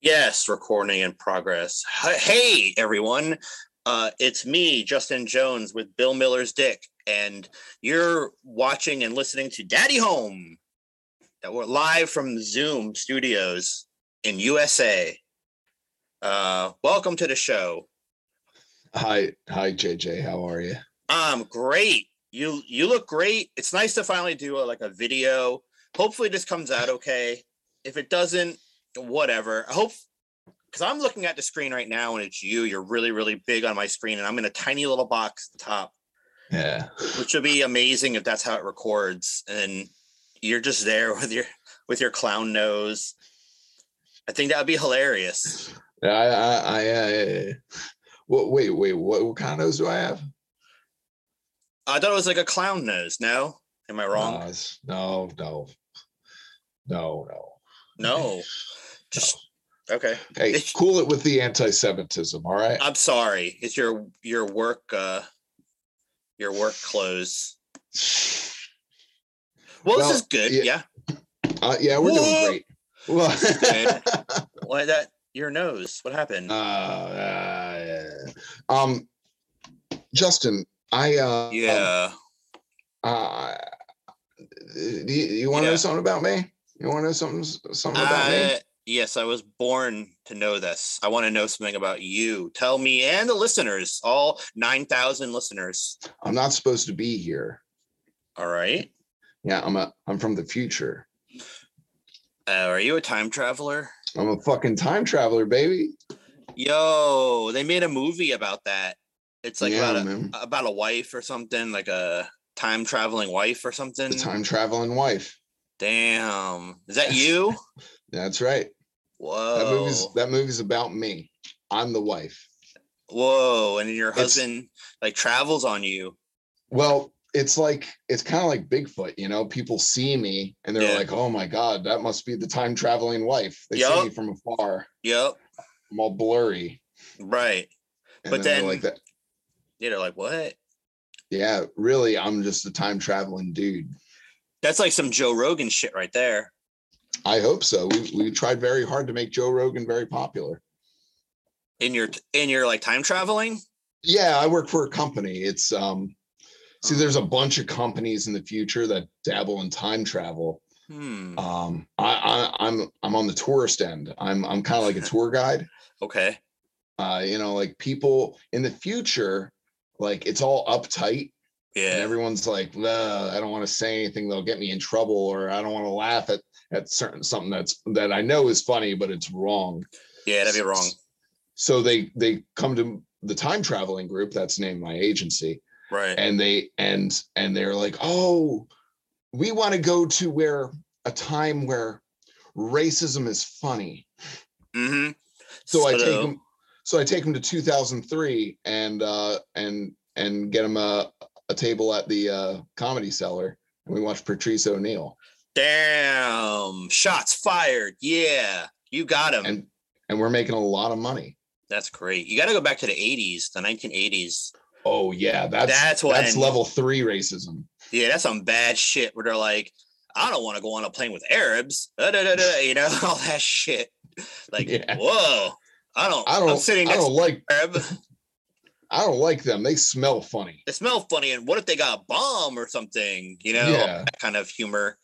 Yes, recording in progress. Hi- Hey, everyone. Uh, it's me, Justin Jones, with Bill Miller's Dick, and you're watching and listening to Daddy Home. That we're live from Zoom Studios in USA. Uh, welcome to the show. Hi, hi, JJ. How are you? Um, great. You you look great. It's nice to finally do a, like a video. Hopefully this comes out okay. If it doesn't, whatever. I hope because I'm looking at the screen right now and it's you. You're really really big on my screen, and I'm in a tiny little box at the top, Yeah. which would be amazing if that's how it records. And you're just there with your with your clown nose. I think that would be hilarious. I, I, I, I what, wait, wait, what, what kind of nose do I have? I thought it was like a clown nose. No, am I wrong? No, it's- no, no, no, no. no, just okay. Hey, It's- cool it with the anti-Semitism. All right. I'm sorry. It's your your work uh your work clothes. Well, Well, this is good. yeah. Yeah. Uh, yeah, we're Whoa. doing great. Well, Okay. Why that your nose? What happened? uh, uh, um, Justin, I, uh, yeah. uh, do you, you want to Yeah. know something about me? You want to know something, something about me? Uh, yes, I was born to know this. I want to know something about you. Tell me and the listeners, all 9,000 listeners. I'm not supposed to be here. All right. Yeah, I'm a I'm from the future. Uh, are you a time traveler? I'm a fucking time traveler, baby. Yo, they made a movie about that. It's like yeah, about, a, man. about a wife or something, like a time traveling wife or something. the time traveling wife. Damn. Is that you? That's right. That Whoa. movie's that movie's about me. I'm the wife. Whoa. And then your It's- husband like travels on you. Well, it's like it's kind of like Bigfoot, you know. People see me and they're Yeah. like, "Oh my god, that must be the time traveling wife." They Yup. see me from afar. Yep. I'm all blurry. Right. And But they're then- like that. Yeah, they're like, what? Yeah, really, I'm just a time traveling dude. That's like some Joe Rogan shit right there. I hope so. We we tried very hard to make Joe Rogan very popular. In your in your like time traveling? Yeah, I work for a company. It's um see Oh. there's a bunch of companies in the future that dabble in time travel. Hmm. Um I, I I'm I'm on the tourist end. I'm I'm kind of like a tour guide. Okay. Uh you know like people in the future like it's all uptight and Yeah. everyone's like "Nah, I don't want to say anything that'll get me in trouble or I don't want to laugh at at certain something that's that I know is funny but it's wrong. Yeah, that'd be wrong. So they they come to the time traveling group that's named my agency Right. and they and and they're like oh we want to go to where a time where racism is funny Mm-hmm. so, i take them so i take them to 2003 and uh and and get them a, a table at the uh comedy cellar and we watch patrice o'neill Damn. Shots fired. Yeah. You got him. and and we're making a lot of money That's great. You got to go back to the 80s, the 1980s. oh yeah that's That's that's, when- level three racism Yeah, that's some bad shit where they're like, I don't want to go on a plane with Arabs. Da, da, da, da, you know, all that shit. Like, Yeah. whoa. I don't, i I don't am sitting i next don't like to an Arab. i don't like them they smell funny They smell funny. And what if they got a bomb or something? You know, Yeah. that kind of humor.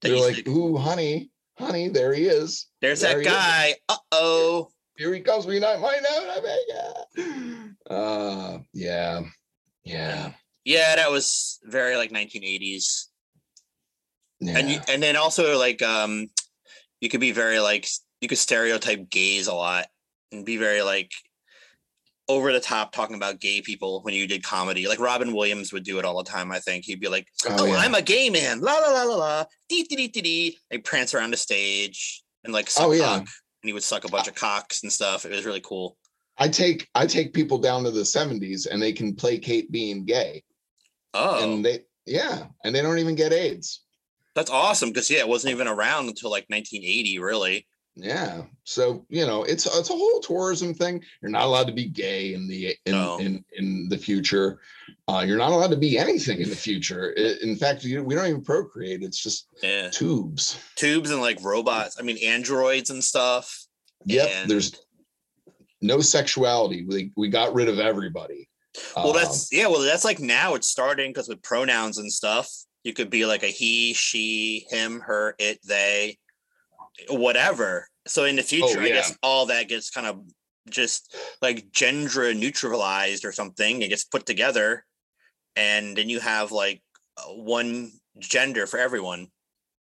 that they're you like think, ooh honey honey there he is There's that there he is." guy. Uh oh. here he comes. We not might not Omega. Uh, yeah, yeah, Yeah, that was very like 1980s. yeah. And you, and then also like um you could be very like you could stereotype gays a lot and be very like over the top talking about gay people when you did comedy. Like Robin Williams would do it all the time, I think. He'd be like, "Oh, yeah. I'm a gay man." La la la la la. Dee dee dee dee dee. They prance around the stage and like suck Oh, yeah. cock. And he would suck a bunch of cocks and stuff. It was really cool. I take I take people down to the '70s, and they can placate being gay, Oh, and they yeah, and they don't even get AIDS. that's awesome because yeah, it wasn't even around until like 1980, really. Yeah, so you know it's it's a whole tourism thing. You're not allowed to be gay in the in No. in, in the future. Uh, you're not allowed to be anything in the future. I- in fact, you, we don't even procreate. It's just Yeah. tubes. tubes and like robots. I mean, androids and stuff. Yep, And- there's no sexuality. We we got rid of everybody. Well, Um, that's yeah. Well, that's like now it's starting because with pronouns and stuff, you could be like a he, she, him, her, it, they, whatever. So in the future, I Oh, yeah. guess all that gets kind of just like gender neutralized or something. It gets put together, and then you have like uh, one gender for everyone.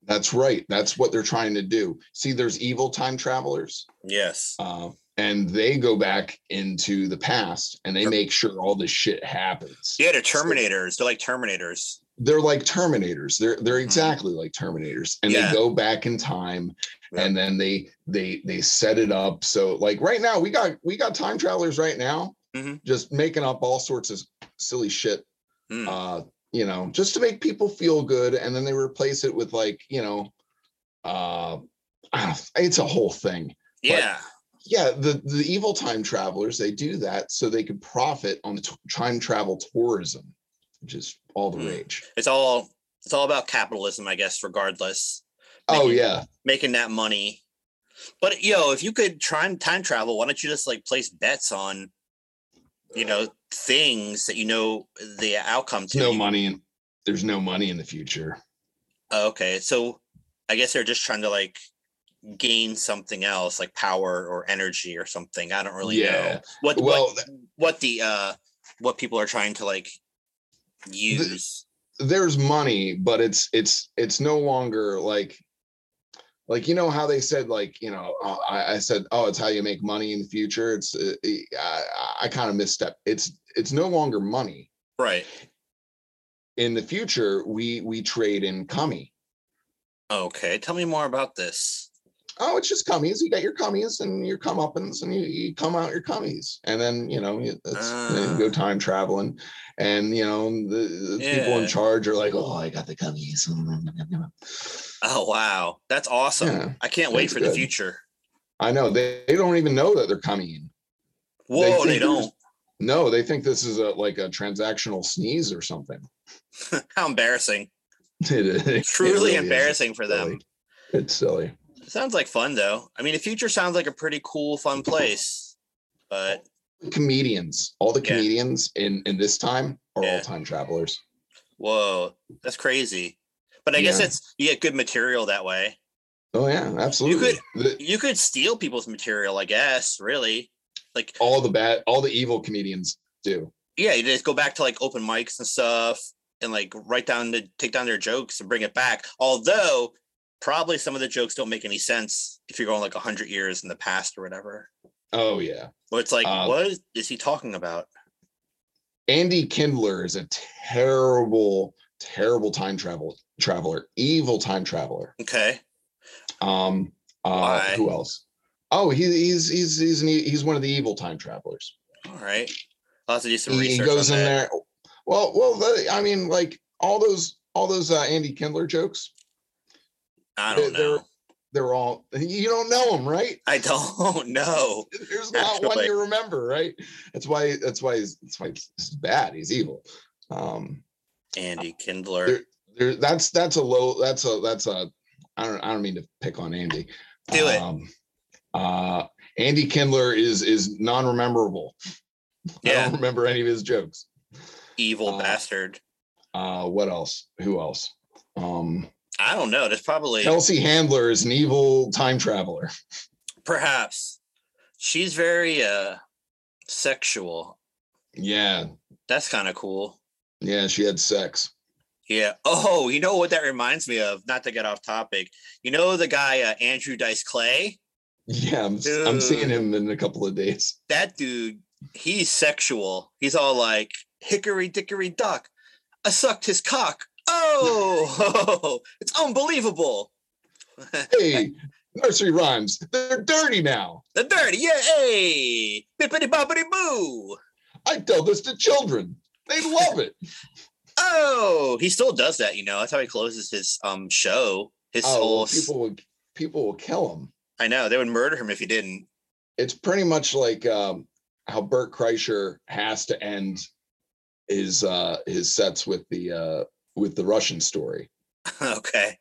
that's right. That's what they're trying to do. See, there's evil time travelers. Yes. Uh, and they go back into the past and they Sure. make sure all this shit happens. Yeah, they're Terminators. They're like Terminators. They're like Terminators. They're they're Mhm. exactly like Terminators. And Yeah. they go back in time Yep. and then they they they set it up. So like right now we got we got time travelers right now Mhm. just making up all sorts of silly shit. Mm. Uh you know, just to make people feel good, and then they replace it with like, you know, uh, it's a whole thing. yeah. yeah the the evil time travelers they do that so they could profit on the t- time travel tourism which is all the Hmm. rage It's all it's all about capitalism, I guess. Regardless. oh Making- yeah making that money. But yo, if you could try and time travel, why don't you just like place bets on, you know, things that you know the outcome there's to? no money in there's no money in the future Oh, Okay, so I guess they're just trying to like gain something else, like power or energy or something. I don't really know Yeah. what well what, what the uh what people are trying to like use. th- there's money but it's it's it's no longer like like you know how they said like you know uh, I, I said oh it's how you make money in the future it's uh, I, I kind of misstep it's it's no longer money right. in the future we we trade in cummy Okay. Tell me more about this. oh, it's just cummies. You got your cummies and your comeuppance, and you, you come out your cummies, and then you know you, that's, then Ah. you go time traveling, and you know the, the people Yeah. in charge are like, oh, I got the cummies. Oh wow, that's awesome! Yeah, I can't wait that's for the good. future. I know they, they don't even know that they're coming. Whoa, think they they're don't. No, they think this is a like a transactional sneeze or something. How embarrassing. It- it- it Truly really is. embarrassing for them. Silly. It's silly. Sounds like fun though. I mean, the future sounds like a pretty cool, fun place. But Comedians, all the Yeah. comedians in in this time are Yeah. all time travelers. whoa, that's crazy. But I guess Yeah. it's you get good material that way. Oh yeah, absolutely. The- You could steal people's material, I guess, really. Like, all the bad all the evil comedians do yeah, you just go back to like open mics and stuff and like write down the take down their jokes and bring it back. Although probably some of the jokes don't make any sense if you're going like hundred years in the past or whatever. oh yeah Or it's like, Um, what is, is he talking about? andy kindler is a terrible terrible time travel traveler evil time traveler Okay. um uh Why? who else oh he, he's he's he's an, e- he's one of the evil time travelers All right. I'll have to do some he, he research. goes on in that. there well well the, i mean like all those all those uh, andy kindler jokes I don't They're- know. they're all you don't know them right I don't know. there's not one Oh, Actually. you remember right that's why that's why he's that's why he's bad he's evil um Andy Kindler. There- there that's that's a low that's a that's a I don't I don't mean to pick on Andy. Do it. Um, uh Andy Kindler is is non-rememberable. I Yeah. don't remember any of his jokes. Evil uh, bastard. Uh what else? Who else? Um I don't know. There's probably Kelsey Handler is an evil time traveler. perhaps she's very uh sexual. Yeah. That's kind of cool. Yeah, she had sex. Yeah. Oh, you know what that reminds me of? Not to get off topic. You know the guy uh, Andrew Dice Clay? Yeah, I'm, I'm seeing Dude. him in a couple of days. That dude, he's sexual. He's all like hickory dickory duck. I sucked his cock. Oh, it's unbelievable. Hey, nursery rhymes. They're dirty now. The dirty, yeah, hey, bippity boppity boo. I tell this to children. They love it. Oh, he still does that, you know. That's how he closes his um show. His Oh, whole. well, s- people will people will kill him. I know they would murder him if he didn't. It's pretty much like um, how Bert Kreischer has to end his uh, his sets with the uh, with the Russian story. okay,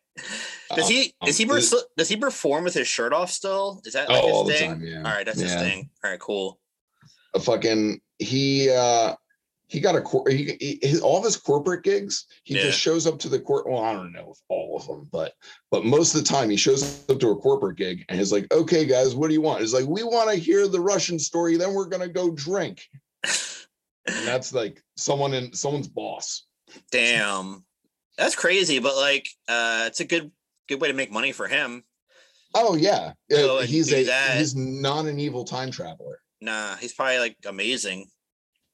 Does he Um, is he this- perso- does he perform with his shirt off still? Is that like oh, all his the thing? time. Yeah. All right, that's his Yeah. thing. All right, cool. a fucking he uh he got a cor- he, he his, all of his corporate gigs he Yeah. just shows up to the court well i don't know if all of them but but most of the time he shows up to a corporate gig and he's like okay guys what do you want he's like we want to hear the russian story then we're gonna go drink and that's like someone in someone's boss Damn. That's crazy, but like uh it's a good good way to make money for him. oh yeah Go Uh, and he's do a that. he's not an evil time traveler Nah, he's probably like amazing.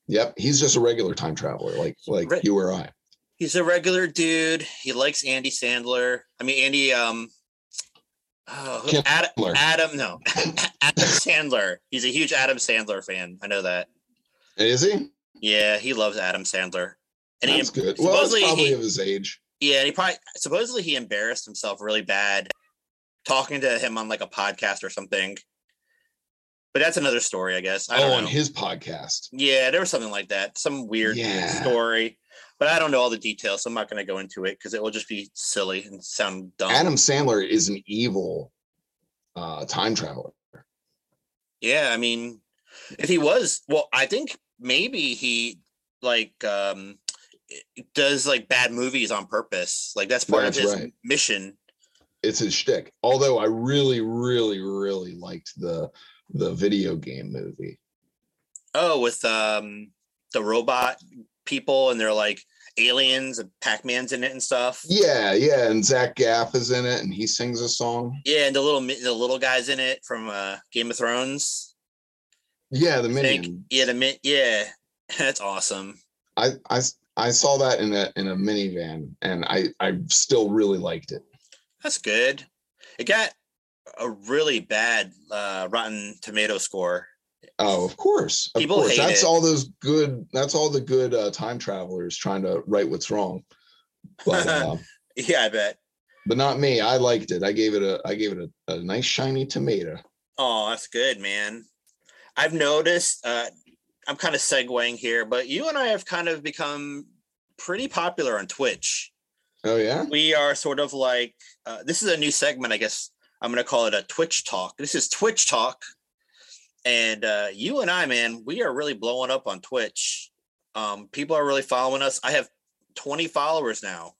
yep he's just a regular time traveler like like Right. you or i He's a regular dude. He likes Andy Sandler. I mean Andy um oh, who- Kim- Adam, Adam no. Adam Sandler. He's a huge Adam Sandler fan. I know that. is he Yeah, he loves Adam Sandler. And he that's good well that's supposedly probably he- of his age Yeah, and he probably supposedly he embarrassed himself really bad talking to him on like a podcast or something. But that's another story, I guess. I don't oh know. on his podcast yeah, there was something like that, some weird Yeah. story. But I don't know all the details, so I'm not going to go into it because it will just be silly and sound dumb. Adam Sandler is an evil uh, time traveler. Yeah, I mean, if he was, well, I think maybe he like um does like bad movies on purpose. Like that's part of That's his right. mission. It's his shtick. Although I really, really, really liked the the video game movie. Oh, with um the robot people and they're like aliens and Pac-Man's in it and stuff. Yeah, yeah, and Zach Gaff is in it, and he sings a song. Yeah, and the little mi- the little guys in it from uh Game of Thrones. Yeah, the I think. minion. Yeah, the min- yeah. That's awesome. I, I I saw that in a in a minivan, and I I still really liked it. That's good. It got a really bad uh Rotten Tomato score. Oh, of course, of People course. hate that's it. all those good. That's all the good uh, time travelers trying to right what's wrong. But uh, Yeah, I bet. but not me. I liked it. I gave it a I gave it a, a nice shiny tomato. Oh, that's good, man. I've noticed, uh, I'm kind of segueing here, but you and I have kind of become pretty popular on Twitch. Oh yeah. We are sort of like, uh, this is a new segment, I guess I'm going to call it a Twitch talk. This is Twitch talk. And uh, you and I, man, we are really blowing up on Twitch. Um, people are really following us. I have 20 followers now.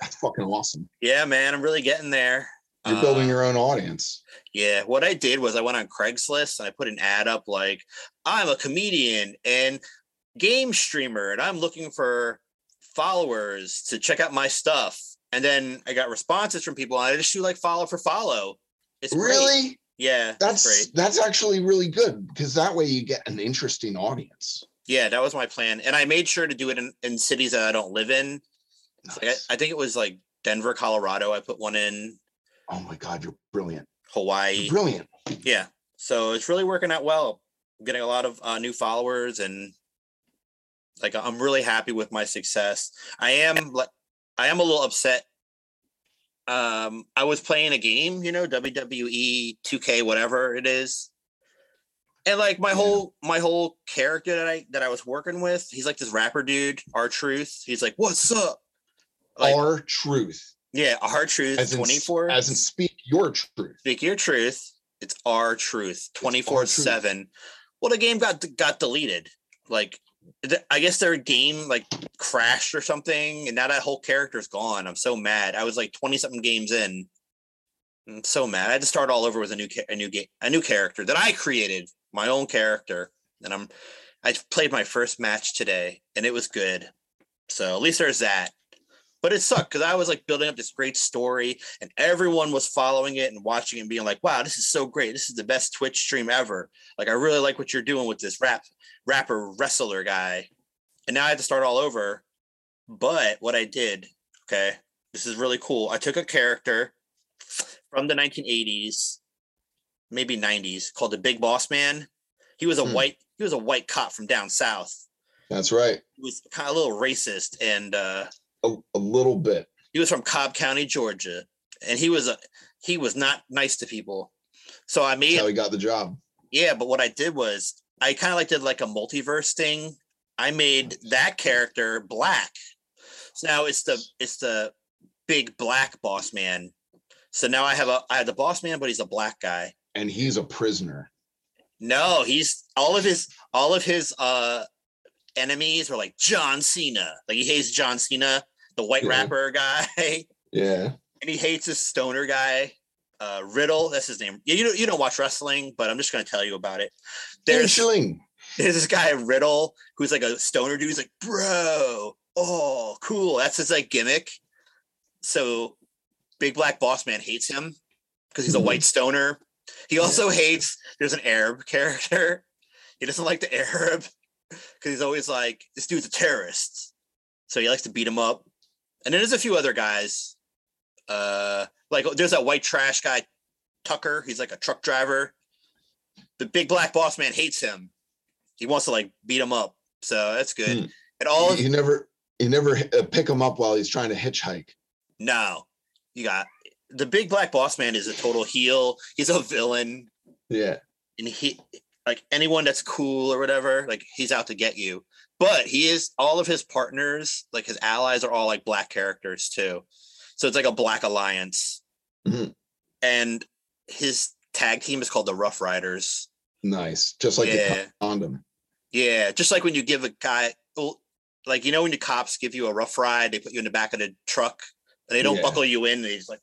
That's fucking awesome. Yeah, man, I'm really getting there. You're building Uh, your own audience. Yeah, what I did was I went on Craigslist and I put an ad up like, I'm a comedian and game streamer, and I'm looking for followers to check out my stuff. And then I got responses from people, and I just do like follow for follow. It's great. Really? Yeah, that's That's great. that's actually really good because that way you get an interesting audience. Yeah, that was my plan. And I made sure to do it in, in cities that I don't live in. It's like, Nice. I, I think it was like Denver, Colorado. I put one in oh my god, you're brilliant. Hawaii. You're brilliant. Yeah. So it's really working out well. I'm getting a lot of uh, new followers and like I'm really happy with my success. I am like I am a little upset. Um I was playing a game, you know, WWE 2K whatever it is. And like my Yeah. whole my whole character that I that I was working with, he's like this rapper dude, R Truth. He's like, "What's up?" Like Our truth. yeah, R Truth As in, 24 as in speak your truth. Speak your truth. It's our truth, twenty our four truth. seven. Well, the game got got deleted. Like, th- I guess their game like crashed or something, and now that whole character's gone. I'm so mad. I was like twenty something games in. I'm so mad. I had to start all over with a new cha- a new game a new character that I created my own character, and I'm I played my first match today, and it was good. So at least there's that. But it sucked because I was like building up this great story, and everyone was following it and watching and being like, "Wow, this is so great! This is the best Twitch stream ever! Like, I really like what you're doing with this rap rapper wrestler guy." And now I had to start all over. But what I did, okay, this is really cool. I took a character from the 1980s, maybe 90s, called the Big Boss Man. He was a Hmm. white he was a white cop from down south That's right. he was kind of a little racist and uh A, a little bit. he was from Cobb County, Georgia, and he was a he was not nice to people. So I That's made how he got the job. yeah, but what I did was I kind of like did like a multiverse thing. I made that character black. So now it's the it's the big black boss man. So now I have a I have the boss man, but he's a black guy. and he's a prisoner. No, he's all of his all of his uh enemies were like John Cena. Like he hates John Cena, the white Yeah. rapper guy, and Yeah. he hates his stoner guy. Uh, Riddle, that's his name. You you don't watch wrestling, but I'm just gonna tell you about it. There's There's there's this guy Riddle who's like a stoner dude. He's like, bro, oh, cool. That's his like gimmick. So, Big Black Boss Man hates him because he's a white stoner. He also hates. There's an Arab character. He doesn't like the Arab because he's always like, this dude's a terrorist. So he likes to beat him up. And then there's a few other guys. Uh, like there's that white trash guy, Tucker. He's like a truck driver. The big black boss man hates him he wants to like beat him up. So that's good. Hmm. And all of you never you never uh, pick him up while he's trying to hitchhike. no, you got the big black boss man is a total heel. He's a villain, Yeah. and he like anyone that's cool or whatever, like he's out to get you. But he is all of his partners, like his allies, are all like black characters too. So it's like a black alliance, Mhm. and his tag team is called the Rough Riders. Nice. Just like yeah. the condom. Yeah, just like when you give a guy, well, like you know, when the cops give you a rough ride, they put you in the back of the truck. and They don't Yeah. buckle you in. They just like,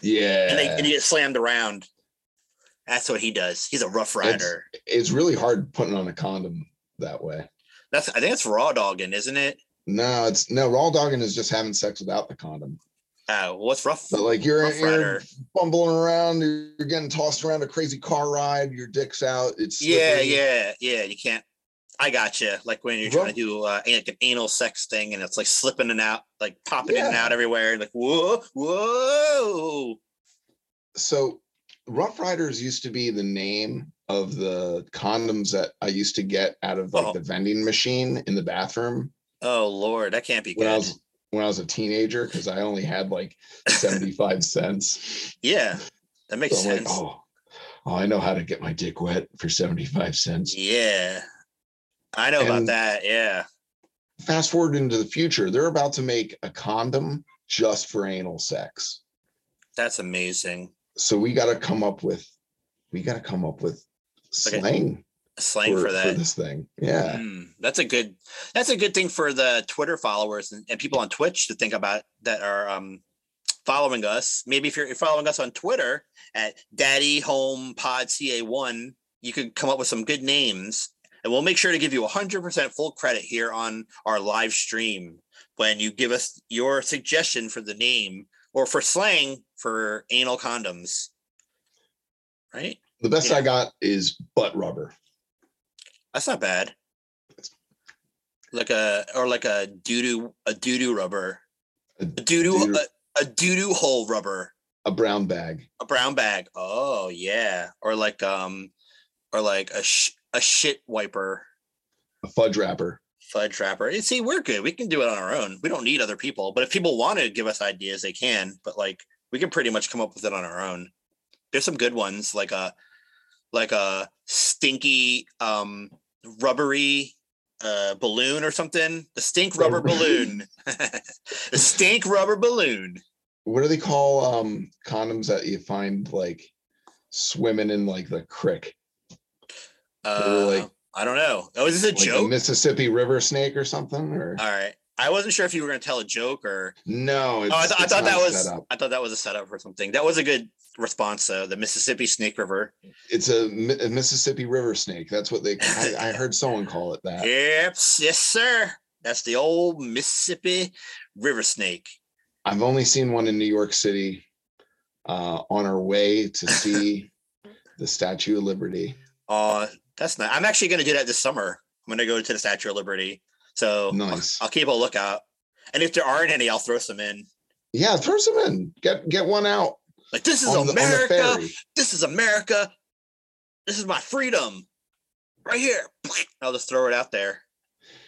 Yeah. and, they, and you get slammed around. That's what he does. He's a rough It's- rider. it's really hard putting on a condom that way. That's I think it's raw dogging, isn't it? No, it's no raw dogging is just having sex without the condom. Uh, what's rough? But like you're, rough you're rider? fumbling around, you're you're getting tossed around a crazy car ride, your dick's out. It's Yeah, slippery. yeah, yeah. You can't. I gotcha. Like when you're trying to do uh, an- like an anal sex thing, and it's like slipping and out, like popping in and Yeah. out everywhere. and Like whoa, whoa. So Rough Riders used to be the name of the condoms that I used to get out of like Oh. the vending machine in the bathroom Oh lord, that can't be when I good. was when I was a teenager because I only had like 75 cents. Yeah, that makes So I'm like, sense. oh, oh, I know how to get my dick wet for 75 cents. Yeah. I know about And- that. Yeah. Fast forward into the future, they're about to make a condom just for anal sex. That's amazing. So we gotta come up with we gotta come up with Okay. slang Slang for, that. this thing. Yeah. Mm, that's a good that's a good thing for the Twitter followers and, and people on Twitch to think about that are um following us. Maybe if you're you're following us on Twitter at Daddy Home Pod CA1, you could come up with some good names. And we'll make sure to give you 100% full credit here on our live stream when you give us your suggestion for the name or for slang for anal condoms. Right? The best Yeah. I got is butt rubber. That's not bad. Like a or like a doo doo a doo doo rubber, A a doo doo doo-doo- a, a doo doo hole rubber, A brown bag. a brown bag. Oh yeah, or like um, or like a sh- a shit wiper, A fudge wrapper. fudge wrapper. You see, we're good. We can do it on our own. We don't need other people. But if people want to give us ideas, they can. But like we can pretty much come up with it on our own. There's some good ones like a like a stinky um rubbery uh balloon or something. The stink rubber Rubber. balloon. the stink rubber balloon. What do they call um condoms that you find like swimming in like the creek? Uh, like- I don't know. Oh, is this a Like the joke? Mississippi River snake or something? Or All right. I wasn't sure if you were going to tell a joke or no, it's, Oh, I, th- I it's thought not that a was setup. I thought that was a setup for something. That was a good response though. The Mississippi Snake River. it's a, Mi- a Mississippi River snake. That's what they I, I heard someone call it that. Yep, yes, sir. That's the old Mississippi River Snake. I've only seen one in New York City uh on our way to see the Statue of Liberty. Uh that's not I'm actually gonna do that this summer. I'm gonna go to the Statue of Liberty. So I'll- Nice. I'll, keep a lookout. And if there aren't any, I'll throw some in. Yeah, throw some in. Get get one out Like this is on the, on the America. ferry. this is America. This is my freedom. Right here. I'll just throw it out there.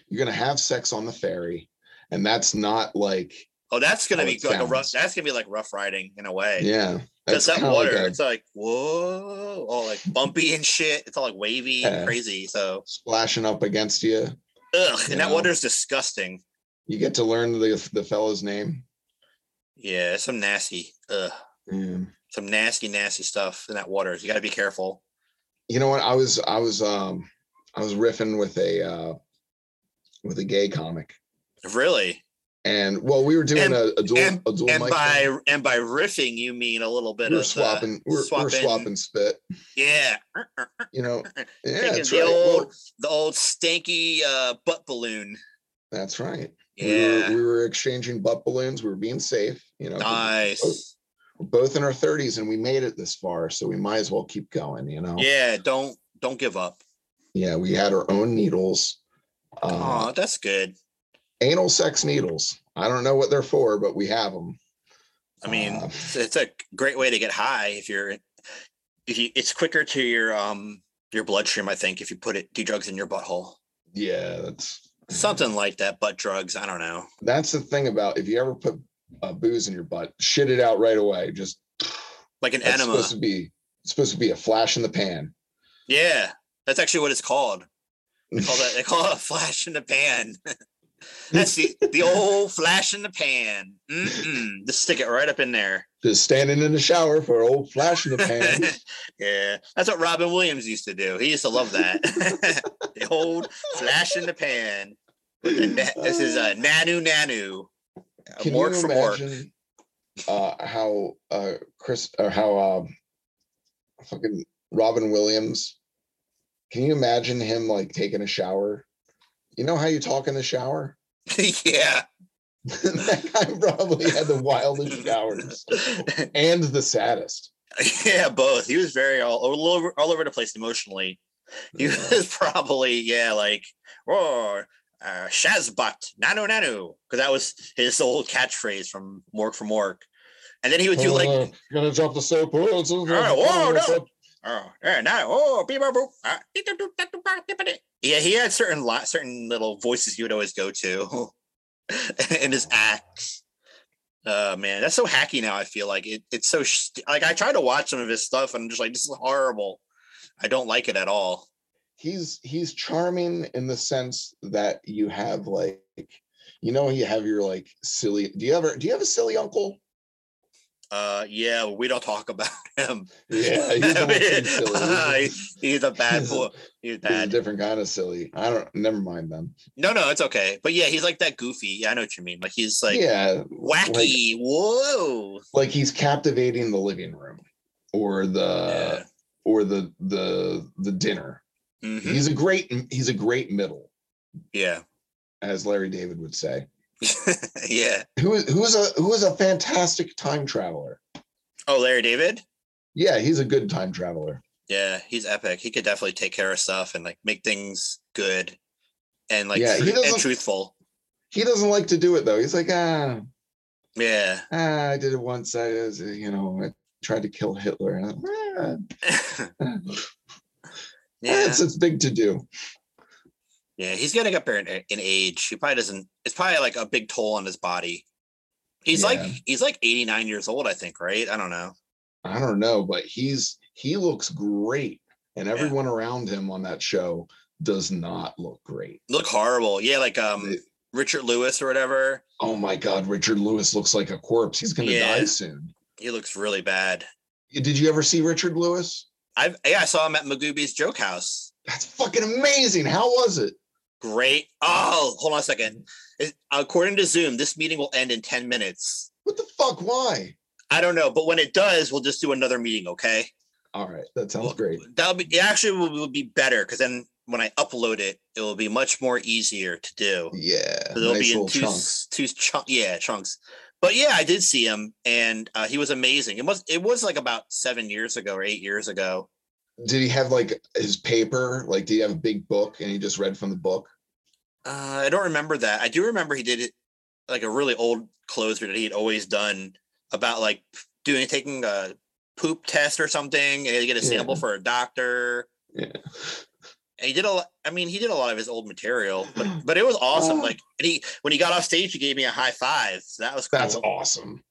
you're gonna have sex on the ferry, and that's not like Oh, that's gonna How be it like a rough sounds. that's gonna be like rough riding in a way. yeah, Because that's that kinda like water, a it's like whoa, all like bumpy and shit. It's all like wavy Yeah. and crazy. So splashing up against you. ugh, and that Yeah. water's disgusting. You get to learn the the fellow's name. Yeah, some nasty, ugh, Yeah. some nasty, nasty stuff in that water. You got to be careful. you know what i was i was um i was riffing with a uh with a gay comic Really. and well we were doing And- a, a dual and- a dual and mic by thing. and by riffing, you mean a little bit we of were swapping Uh, we we're, we we're swapping- swapping spit yeah, you know yeah Taking that's the right Well, old- the old stanky uh, butt balloon. that's right Yeah, we, were, we were exchanging butt balloons we were being safe you know 'cause nice. we're both in our 30s and we made it this far so we might as well keep going you know Yeah, don't don't give up. yeah we had our own needles uh, Oh, that's good. anal sex needles i don't know what they're for but we have them I mean, uh, it's, it's a great way to get high if you're. If you, it's quicker to your um your bloodstream, I think, if you put it do drugs in your butthole, yeah that's something like that. Butt drugs, I don't know. that's the thing about if you ever put uh, booze in your butt, shit it out right away. Just Like an that's enema. supposed to be it's supposed to be a flash in the pan. Yeah, that's actually what it's called. They call that they call it a flash in the pan. that's the the old flash in the pan. Mm-mm. Just stick it right up in there. Just standing in the shower for old flash in the pan. yeah, that's what Robin Williams used to do. He used to love that. the old flash in the pan. And na- this is a nanu nanu. Uh, A Can Mork you from Ork. imagine uh, how uh, Chris or how um fucking Robin Williams? Can you imagine him like taking a shower? You know how you talk in the shower? yeah. that guy probably had the wildest showers and the saddest. yeah, both. He was very all, all over all over the place emotionally. He was probably yeah, like oh, uh, Shazbot Nano Nano because that was his old catchphrase from Mork from Mork. And then he would do like, Uh, gonna drop the soap. Oh, it's- whoa, no. oh, yeah, now, oh, beep, boop, boop, ah, dee, doo, doo, doo, doo, bah, dee, bah, dee." yeah, he had certain lot, certain little voices he would always go to in his acts. Oh man, that's so hacky now. I feel like it, it's so sh- like I try to watch some of his stuff and I'm just like, this is horrible. I don't like it at all. He's he's charming in the sense that you have like, you know, you have your like silly. Do you ever do you have a silly uncle? Uh, yeah, we don't talk about him. Yeah, he's not too silly. He's- he's a bad He's a- boy. He's He's a bad. different kind of silly. I don't. Never mind them. No, no, it's okay. But yeah, he's like that goofy. Yeah, I know what you mean. Like he's like yeah, wacky. Whoa. like he's captivating the living room, or the or the the the dinner. yeah. Mhm. He's a great he's a great middle, Yeah. as Larry David would say. yeah. Who is who is a who is a fantastic time traveler. Oh, Larry David. Yeah, he's a good time traveler. Yeah, he's epic. He could definitely take care of stuff and like make things good and like Yeah, he tru- and doesn't- truthful. He doesn't like to do it though. He's like, ah, Yeah. ah I did it once. I, was, uh, you know, I tried to kill Hitler. And ah, yeah. That's it's big to do. Yeah, he's getting up there in, eh, in age. He probably doesn't. It's probably like a big toll on his body. He's like Yeah. he's like eighty nine years old, I think. Right? I don't know. I don't know, but he's he looks great, and everyone around him on that show does not look great. Look horrible. Yeah, like um They- Richard Lewis or whatever. Oh my God, Richard Lewis looks like a corpse. He's gonna Yeah. die soon. He looks really bad. Did you ever see Richard Lewis? I've yeah, I saw him at Magooby's Joke House. That's fucking amazing. How was it? Great. Oh, hold on a second. It- according to Zoom, this meeting will end in ten minutes. What the fuck? Why? I don't know, but when it does, we'll just do another meeting. Okay. All right, that Well, sounds great. That'll be it actually will, will be better because then when I upload it, it will be much more easier to do. Yeah, So they'll nice be in little two chunks. chunks. two chunk yeah chunks. But yeah, I did see him, and uh, he was amazing. It was it was like about seven years ago or eight years ago. Did he have like his paper? Like, did he have a big book and he just read from the book? Uh, I don't remember that. I do remember he did it like a really old closer that he had always done about like doing taking a poop test or something, and he get a Yeah. sample for a doctor. Yeah. And he did a lot. I mean, he did a lot of his old material, but but it was awesome. Ah. Like, and he when he got off stage, he gave me a high five. So that was cool. That's awesome.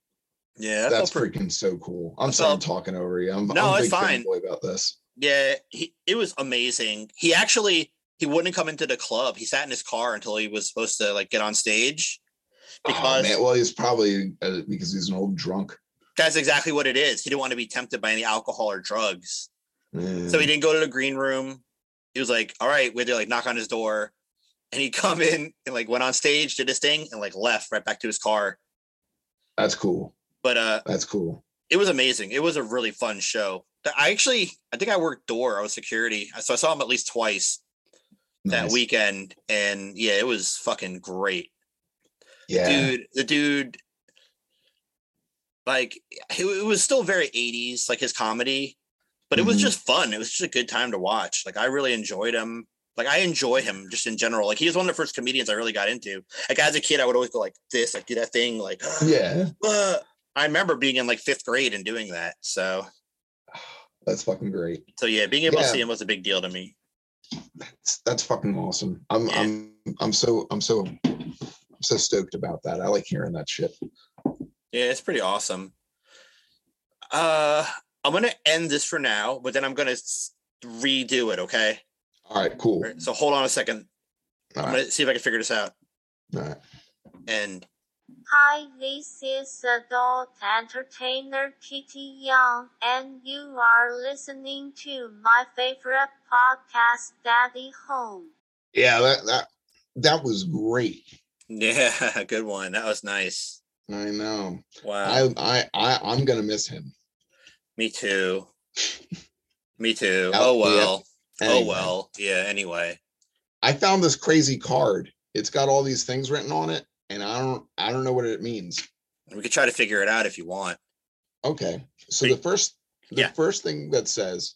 yeah, That's, that felt pretty- freaking so cool. I'm That's sorry, all- I'm talking over you. I'm, No, I'm a it's big fine. fanboy about this. Yeah, he, it was amazing. He actually he wouldn't come into the club. He sat in his car until he was supposed to like get on stage. Oh, because man. Well, he's probably uh, because he's an old drunk. that's exactly what it is. He didn't want to be tempted by any alcohol or drugs. Yeah. So he didn't go to the green room. He was like, all right, we had to like knock on his door. And he come in and like went on stage, did his thing, and like left right back to his car. That's cool. But uh That's cool. it was amazing. It was a really fun show. Th- I actually I think I worked door, I was security. So I saw him at least twice that Nice. weekend. And yeah, it was fucking great. Yeah. dude the dude like it, it was still very 80s like his comedy but it was Mhm. just fun it was just a good time to watch like i really enjoyed him like i enjoy him just in general like he was one of the first comedians i really got into like as a kid i would always go like this like do that thing like Yeah. "Uh." i remember being in like fifth grade and doing that so That's fucking great. so yeah being able to Yeah. see him was a big deal to me That's, that's fucking awesome. I'm Yeah. I'm I'm so I'm so I'm so stoked about that. I like hearing that shit. yeah it's pretty awesome uh i'm gonna end this for now but then i'm gonna s- redo it okay All right, cool. All right, so hold on a second. All I'm right. gonna see if I can figure this out. All right. And Hi, this is adult entertainer Kitty Young, and you are listening to my favorite podcast, Daddy Home. Yeah, that that that was great. yeah, good one. That was nice. I know. Wow. I I I I'm gonna miss him. Me too. Me too. Out- Oh yeah. well. Oh Anyway, well. Yeah. Anyway. I found this crazy card. It's got all these things written on it, and I don't I don't know what it means. We could try to figure it out if you want. Okay. So Wait. the first the Yeah. first thing that says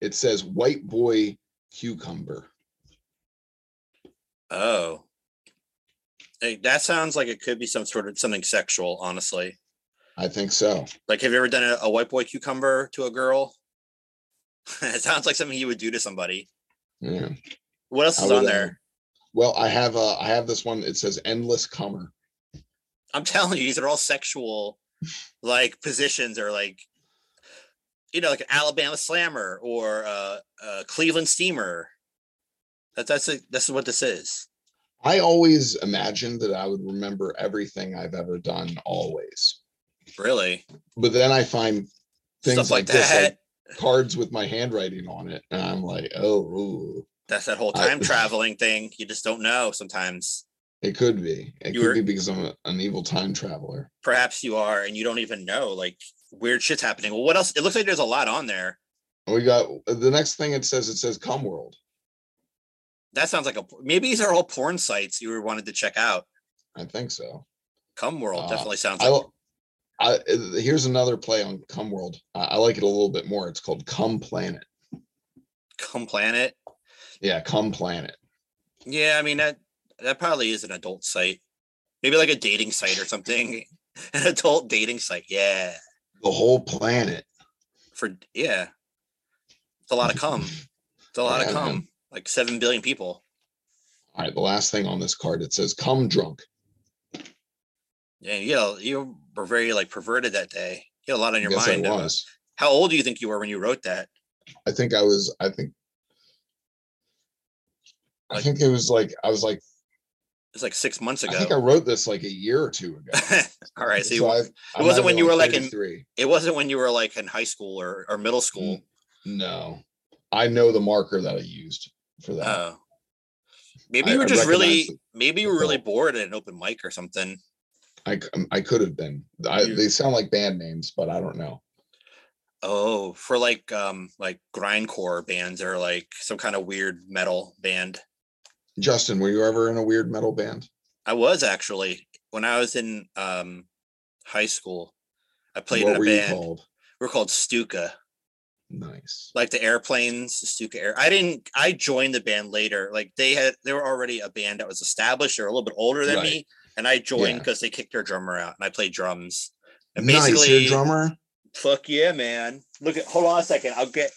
it says white boy cucumber. Oh. Hey, That sounds like it could be some sort of something sexual, honestly. I think so. Like, have you ever done a, a white boy cucumber to a girl? it sounds like something you would do to somebody. Yeah. What else I is on would, uh, there? Well, I have uh I have this one. It says endless comer. I'm telling you, these are all sexual like positions or like you know, like an Alabama slammer or uh, uh Cleveland steamer. That that's a, that's what this is. I always imagined that I would remember everything I've ever done always. Really. But then I find things Stuff like, like, this, that. like cards with my handwriting on it, and I'm like, oh, ooh, that's that whole I- time traveling thing. You just don't know sometimes. it could be. It You could were- be because I'm a, an evil time traveler. Perhaps you are and you don't even know like weird shit's happening. Well, what else? It looks like there's a lot on there. We got the next thing it says. It says come world. That sounds like a maybe these are all porn sites you were wanted to check out. I think so. Come World Uh, definitely sounds I, like l- I here's another play on come world. I, I like it a little bit more. It's called come planet. Come Planet. Yeah, come planet. Yeah, I mean that that probably is an adult site. Maybe like a dating site or something. an adult dating site. Yeah. The whole planet. For yeah. It's a lot of cum. It's a lot Yeah, of cum. man. Like seven billion people. All right, the last thing on this card it says come drunk. Yeah, you know, you were very like perverted that day. You had a lot on your yes, mind. I uh, was. How old do you think you were when you wrote that? I think I was. I think. I Like- think it was like I was like It's like six months I think I ago. wrote this like a year or two ago. All right. So, you, I- I wasn't might when be, you were, like, in- 33. it wasn't when you were like in high school or, or middle Mm, school. No, I know the marker that I used for that. Oh. Maybe I- you were I just really recognize maybe you were the really thought. bored at an open mic or something. I c- I could have been. I, You- they sound like band names, but I don't know. Oh, for like um like grindcore bands or like some kind of weird metal band. Justin, were you ever in a weird metal band? I was actually when I was in um high school, I played what in a were you band. called? We are called Stuka, Nice. like the airplanes, the Stuka Air. I didn't I joined the band later. Like they had they were already a band that was established, they're a little bit older than Right. me. And I joined Yeah. because they kicked their drummer out and I played drums. And Nice. basically You're a drummer. Fuck yeah, man. Look at hold on a second. I'll get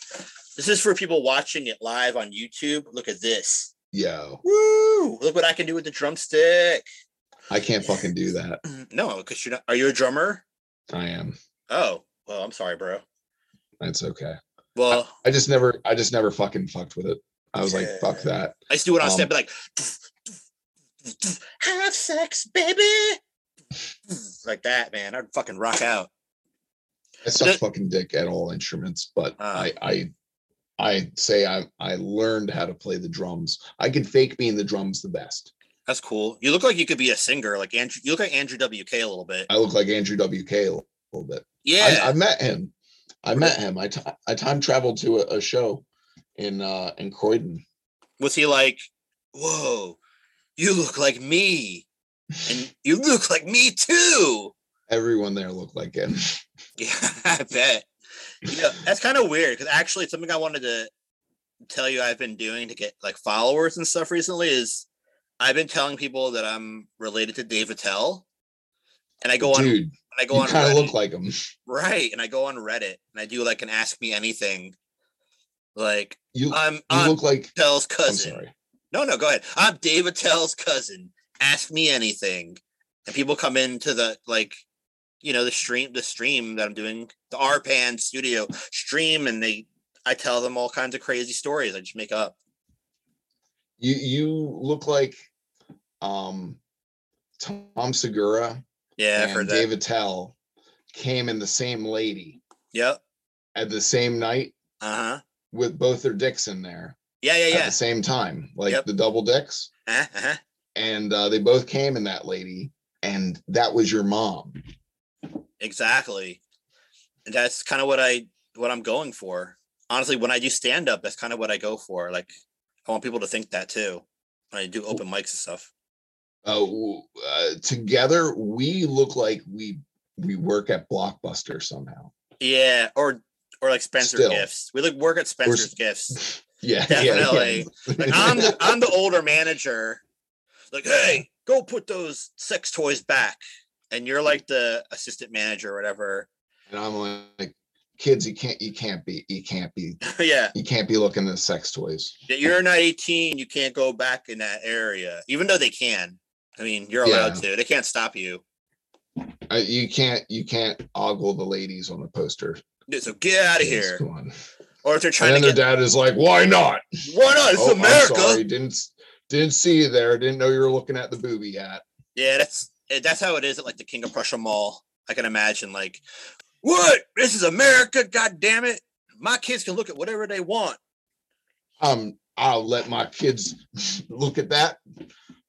this is for people watching it live on YouTube. Look at this. Yo, Woo! Look what I can do with the drumstick. I can't fucking do that. No, because you're not are you a drummer? I am. Oh, well, I'm sorry, bro. That's okay. Well, I just never. I just never fucking fucked with it. I was like, Yeah. fuck that. I used to do it on Um, step, like have sex, baby. Like that, man. I'd fucking rock out. I suck That- fucking dick at all instruments, but Ah. I I I say I I learned how to play the drums. I could fake being the drums the best. That's cool. You look like you could be a singer, like Andrew. You look like Andrew WK a little bit. I look like Andrew WK a little bit. Yeah, I, I met him. I Really? met him. I ti- I time traveled to a, a show in uh in Croydon. was he like, whoa, you look like me, and you look like me too? Everyone there looked like him. Yeah, I bet. You know, that's kind of weird because actually, something I wanted to tell you I've been doing to get like followers and stuff recently is I've been telling people that I'm related to Dave Attell, and I go on, Dude, and I go you on, kind of Reddit. look like him. right, and I go on Reddit and I do like an Ask Me Anything, like You I'm you I'm look like Attell's I'm cousin. sorry. No, no, go ahead. I'm Dave Attell's cousin. Ask me anything. And people come into the like, you know, the stream, the stream that I'm doing, the RPAN studio stream, and they I tell them all kinds of crazy stories I just make up. You you look like um Tom Segura Yeah, I've and heard that. David Tell came in the same lady Yep. at the same night Uh-huh. with both their dicks in there Yeah, yeah, at yeah. the same time, like Yep. the double dicks. Uh-huh, uh-huh. And uh, they both came in that lady, and that was your mom. Exactly. And that's kind of what I what I'm going for. Honestly, when I do stand up, that's kind of what I go for. Like I want people to think that too. When I do open mics and stuff. Uh, w- uh, together, we look like we we work at Blockbuster somehow. Yeah, or or like Spencer Still. Gifts. We like work at Spencer's Gifts. Yeah, Definitely. Like I'm the, I'm the older manager. Like, hey, go put those sex toys back. And you're like the assistant manager or whatever. and I'm like, kids, you can't, you can't be, you can't be, yeah. you can't be looking at sex toys. that You're not 18, you can't go back in that area. Even though they can. I mean, you're allowed to. They can't stop you. Uh, you can't, you can't ogle the ladies on the poster. So get out of Yes, here. Come on. Or if they're And trying then to their get dad is like, why not? why not? It's Oh, I'm sorry, America. Didn't didn't see you there. Didn't know you were looking at the booby hat. Yeah, that's eh, that's how it is at like the King of Prussia Mall. I can imagine like, what? This is America, god damn it. My kids can look at whatever they want. Um, I'll let my kids look at that,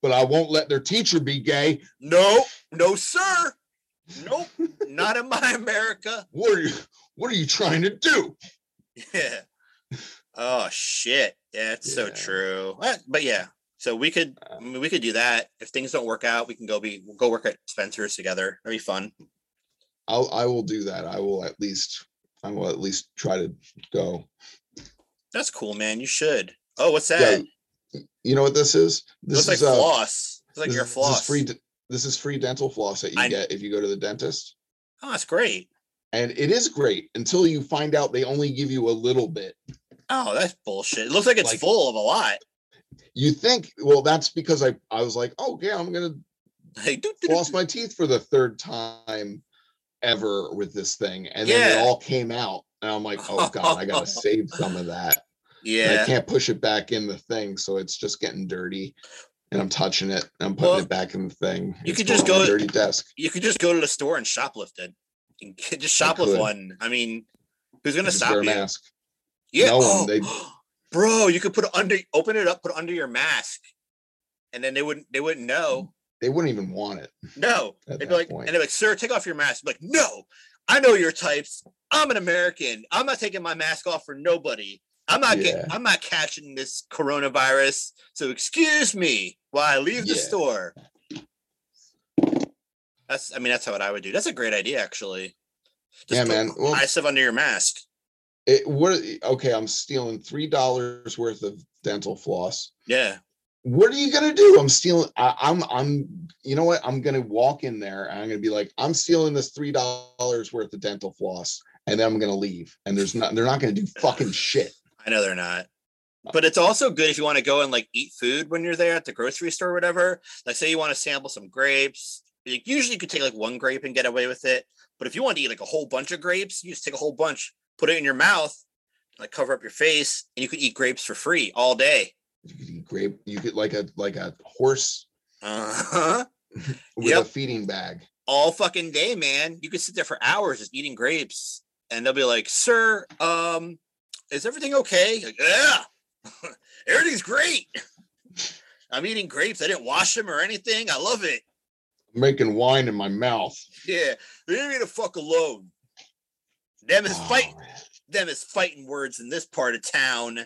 but I won't let their teacher be gay. No, no, sir. Nope, not in my America. What are you? What are you trying to do? Yeah. Oh shit. Yeah, it's so Yeah. Uh. true. Uh, But yeah, so we could I mean, we could do that. If things don't work out, we can go be we'll go work at Spencer's together. That'd be fun. I'll I will do that. I will at least I will at least try to go. That's cool, man. You should. Oh, what's that? Yeah, you know what this is? This Looks like is uh, floss. It's like this, your is- floss. This is free. d- This is free dental floss that you I- get if you go to the dentist, Oh, that's great. and it is great until you find out they only give you a little bit. Oh, that's bullshit. It looks like it's Like- full of a lot. You think, well, that's because I I was like, oh yeah, I'm gonna Like, doo, doo, doo, lost my teeth for the third time ever with this thing, and then Yeah. it all came out, and I'm like, oh god, I gotta save some of that. doo. and yeah. I can't push it back in the thing, so it's just getting dirty. And I'm touching it. And I'm putting Well, it back in the thing. you It's could just going on go- a dirty desk. you could just go to the store and shoplift it. You could Just I shoplift could. one. I mean, who's gonna Just wear stop a you? mask. Yeah. No one, oh, they- bro, you could put it under, open it up, put it under your mask, and then they wouldn't, they wouldn't know. They wouldn't even want it. No, At they'd be that like, point. and they're like, sir, take off your mask. like, no, I know your types. I'm an American. I'm not taking my mask off for nobody. I'm not Yeah. getting, I'm not catching this coronavirus. So excuse me while I leave the Yeah. store. That's, I mean, that's how what I would do. That's a great idea, actually. Just Yeah, put man. Well, Eye stuff under your mask. it what? Okay, I'm stealing three dollars worth of dental floss. Yeah. What are you gonna do? I'm stealing. I, I'm. I'm. You know what? I'm gonna walk in there and I'm gonna be like, I'm stealing this three dollars worth of dental floss, and then I'm gonna leave. And there's not. They're not gonna do fucking shit. I know they're not. But it's also good if you want to go and like eat food when you're there at the grocery store or whatever. Like say you want to sample some grapes. Like usually you could take like one grape and get away with it. But if you want to eat like a whole bunch of grapes, you just take a whole bunch, put it in your mouth, like cover up your face, and you could eat grapes for free all day. you could eat grape you could like a like a horse Uh-huh. with Yep. a feeding bag. All fucking day, man. You could sit there for hours just eating grapes, and they'll be like, "Sir, um, is everything okay?" Like, yeah, everything's great. I'm eating grapes. I didn't wash them or anything. I love it. Making wine in my mouth. Yeah, leave me the fuck alone. Them is Oh, fight. man. Them is fighting words in this part of town.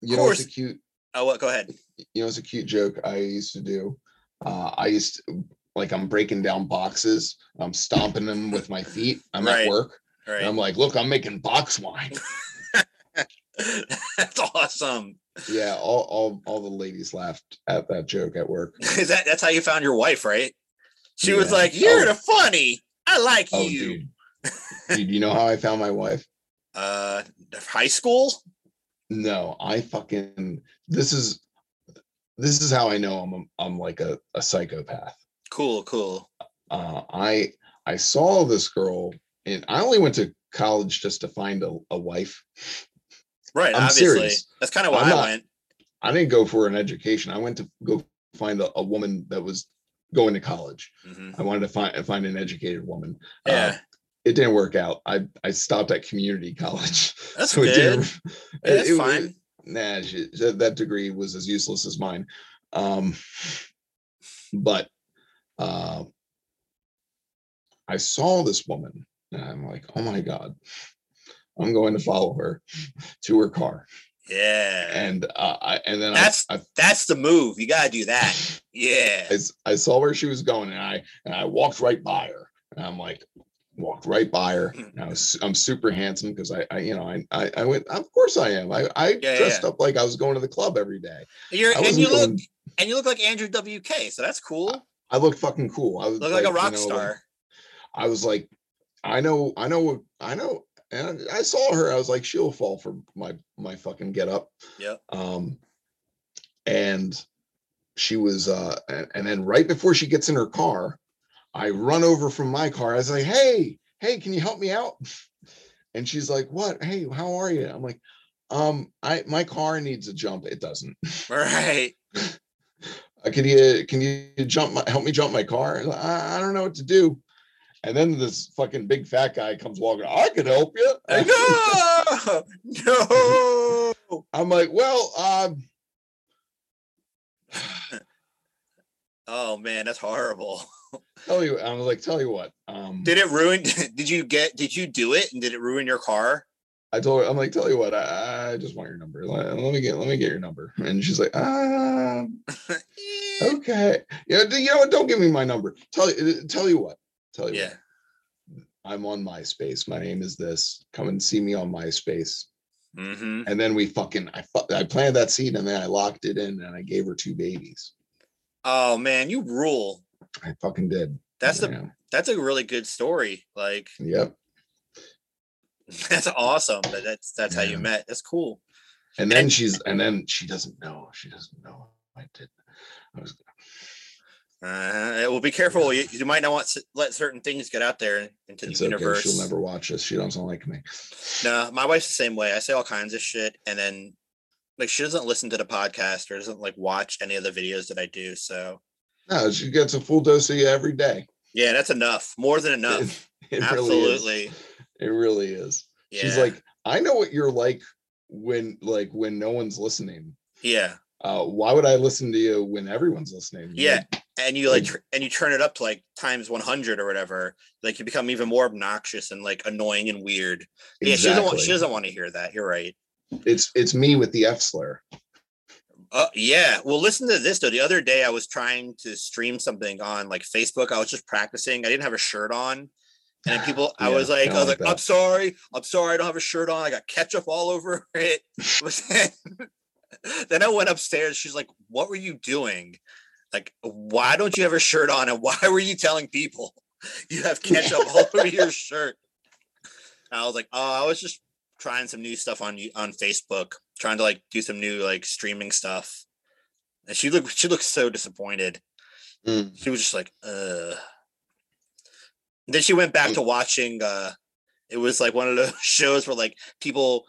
You know, it's a course. cute Oh, what? Go ahead. you know it's a cute joke i used to do uh i used to, like i'm breaking down boxes i'm stomping them with my feet i'm Right, at work All and right. i'm like look i'm making box wine That's awesome. yeah all, all all the ladies laughed at that joke at work Is that that's how you found your wife, right? She was Yeah. like, "You're Oh. the funny. I like oh you." dude dude you know how i found my wife Uh, high school. no i fucking this is this is how i know i'm a, i'm like a, a psychopath Cool, cool. uh, I I saw this girl, and I only went to college just to find a, a wife. Right. I'm obviously, serious. that's kind of why I'm I not- went. I didn't go for an education. I went to go find a, a woman that was going to college. Mhm. I wanted to find find an educated woman. Uh, Yeah. it didn't work out. I I stopped at community college. That's it didn't- Yeah, that's it- it- fine. nah, she, that that degree was as useless as mine. Um, but uh, I saw this woman, and I'm like, oh my god, I'm going to follow her to her car, yeah. and uh, I and then I, That's- I, that's the move. You gotta do that. Yeah. I s- I saw where she was going, and I and I walked right by her, and I'm like. Walked right by her. Hmm. And I was, su- I'm super handsome because I, I, you know, I, I, I went. Of course, I am. I, I Yeah, dressed up like I was going to the club every day. You're I and wasn't you look going- and you look like Andrew WK, so that's cool. I look fucking cool. I was Look like, a rock you know, like, star. I was like, I know, I know, what I know. And I saw her. I was like, she'll fall for my my fucking get up. Yep. Um, and she was, uh, and, and then right before she gets in her car, I run over from my car. I was like, hey, hey, can you help me out? And she's like, what? Hey, how are you? I'm like, um, I my car needs a jump. It doesn't. Right. Uh, can you can you jump my, help me jump my car And I, I don't know what to do and then this fucking big fat guy comes walking i could help you no, no. i'm like well um Oh man, that's horrible. tell you i was like tell you what um Did it ruin? Did you get? Did you do it? And did it ruin your car? i told her i'm like tell you what i, I just want your number let, let me get let me get your number and she's like um Eh, okay yeah you know what don't give me my number tell you tell you what tell you yeah. what i'm on myspace my name is this come and see me on myspace Mm-hmm. and then we fucking I, fu- I planted that seed and then I locked it in and I gave her two babies. Oh man, you rule. I fucking did. That's the. yeah. That's a really good story. Like yep. that's awesome. That that's that's how you Yeah. met. That's cool. And then And- she's and then she doesn't know. She doesn't know I did. I was Uh, well, be careful. You, you might not want to let certain things get out there into the it's okay. universe. She'll never watch this. She doesn't like me. No, my wife's the same way. I say all kinds of shit, and then like she doesn't listen to the podcast or doesn't like watch any of the videos that I do. So No, she gets a full dose of you every day. yeah, that's enough. More than enough. It really is. Absolutely. It really is. yeah. She's like, I know what you're like when like when no one's listening. yeah, Uh, why would I listen to you when everyone's listening? yeah, and you like like- tr- and you turn it up to like times one hundred or whatever. Like you become even more obnoxious and like annoying and weird. Yeah, she doesn't want she doesn't want to hear that. You're right. It's it's me with the F slur. Uh, yeah. Well, listen to this though. The other day I was trying to stream something on like Facebook. I was just practicing. I didn't have a shirt on. And then people, I Yeah, was like, I kinda was like like, I'm that. sorry, I'm sorry, I don't have a shirt on. I got ketchup all over it. Was that- then I went upstairs. She's like, What were you doing? Like, why don't you have a shirt on? And why were you telling people you have ketchup all over your shirt? And I was like, Oh, I was just trying some new stuff on you on Facebook, trying to like do some new like streaming stuff. And she looked she looked so disappointed. Mm. She was just like, uh then she went back to watching uh it was like one of those shows where like people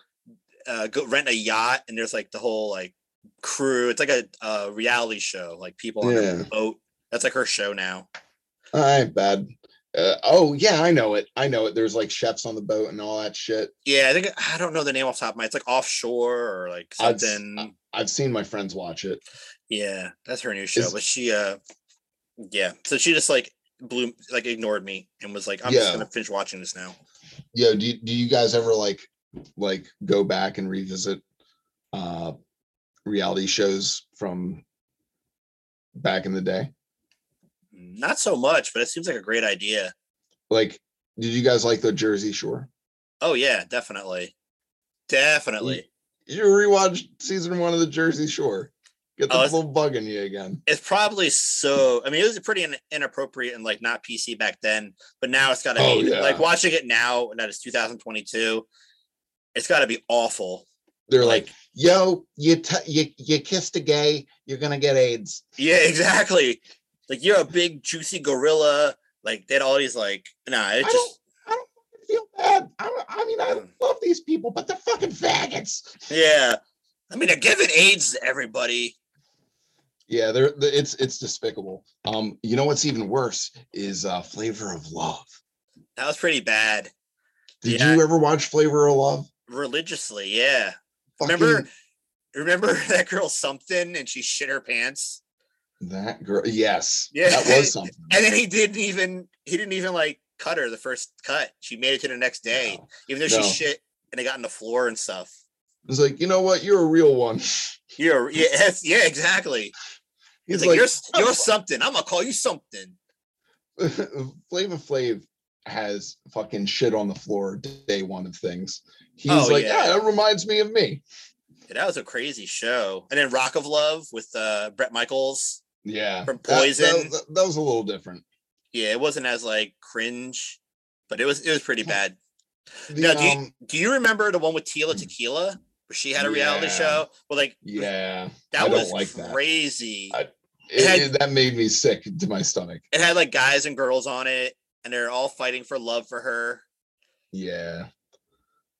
uh go rent a yacht and there's like the whole like crew. It's like a, a reality show, like people on Yeah. a boat. That's like her show now. I ain't bad. Uh, oh yeah, I know it. I know it. There's like chefs on the boat and all that shit. Yeah, I think I don't know the name off the top of my. It's like offshore or like I'd s- something. I've seen my friends watch it. Yeah, that's her new show. Is- but she uh yeah. So she just like blew like ignored me and was like, I'm Yeah. just gonna finish watching this now. Yo, do you, do you guys ever like like go back and revisit uh reality shows from back in the day? Not so much, but it seems like a great idea. Like, did you guys like the Jersey Shore? Oh yeah, definitely. Definitely. Mm. Did you rewatch season one of the Jersey Shore? Get the Oh, it's- little bug in you again. It's probably so I mean it was pretty in, inappropriate and like not PC back then, but now it's gotta Oh, be yeah. like watching it now and that is 2022, it's gotta be awful. They're like, "Yo, you t- you you kissed a gay, you're gonna get AIDS." Yeah, exactly. Like you're a big juicy gorilla. Like they had all these like nah, it I just don't, I don't fucking feel bad. I, I mean, I Yeah. love these people, but they're fucking faggots. Yeah. I mean, they're giving AIDS to everybody. Yeah, they're, they it's it's despicable. Um, you know what's even worse is uh, Flavor of Love. That was pretty bad. Did Yeah. you ever watch Flavor of Love? Religiously, yeah. Fucking Remember- Remember that girl something and she shit her pants? that girl? Yes. Yeah. That was something. And then he didn't even he didn't even like cut her the first cut. She made it to the next day, No. even though No. she shit and they got on the floor and stuff. It's like you know what? You're a real one. You're yeah, that's- yeah, exactly. He's He's like, like, you're s- you're something. I'm gonna call you something. Flavor Flav has fucking shit on the floor day one of things. He's Oh, like, yeah. yeah, that reminds me of me. Yeah, that was a crazy show. And then Rock of Love with uh Brett Michaels. Yeah. From That- that- Poison. that- that was a little different. Yeah, it wasn't as like cringe, but it was it was pretty bad. The, Now, do you- um, Do you remember the one with Tila Tequila? Where she had a reality Yeah. show. Well, like yeah, I that don't was like that. crazy. I- It had- It- it- that made me sick to my stomach. It had like guys and girls on it, and they're all fighting for love for her. Yeah,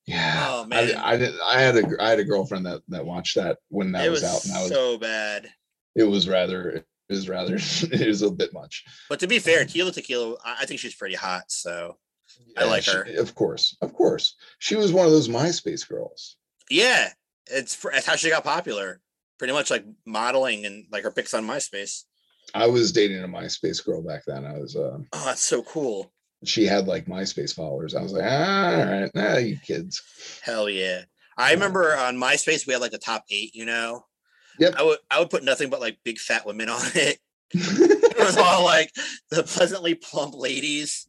yeah. Oh, I- man. I, did. I had a gr- I had a girlfriend that that watched that when that it was, was, out, and I was so bad. it was rather it was rather it was a bit much. But to be fair, Tila Tequila, I, I think she's pretty hot. So I Yeah, like she- her. of course, of course. She was one of those MySpace girls. yeah, it's pr- that's how she got popular. Pretty much like modeling and like her pics on MySpace. I was dating a MySpace girl back then. I was. Uh, Oh, that's so cool. she had like MySpace followers. I was like, all right, nah, you kids. Hell yeah. I remember on MySpace we had like the top eight, you know. Yep. I would I would put nothing but like big fat women on it. It was all like the pleasantly plump ladies.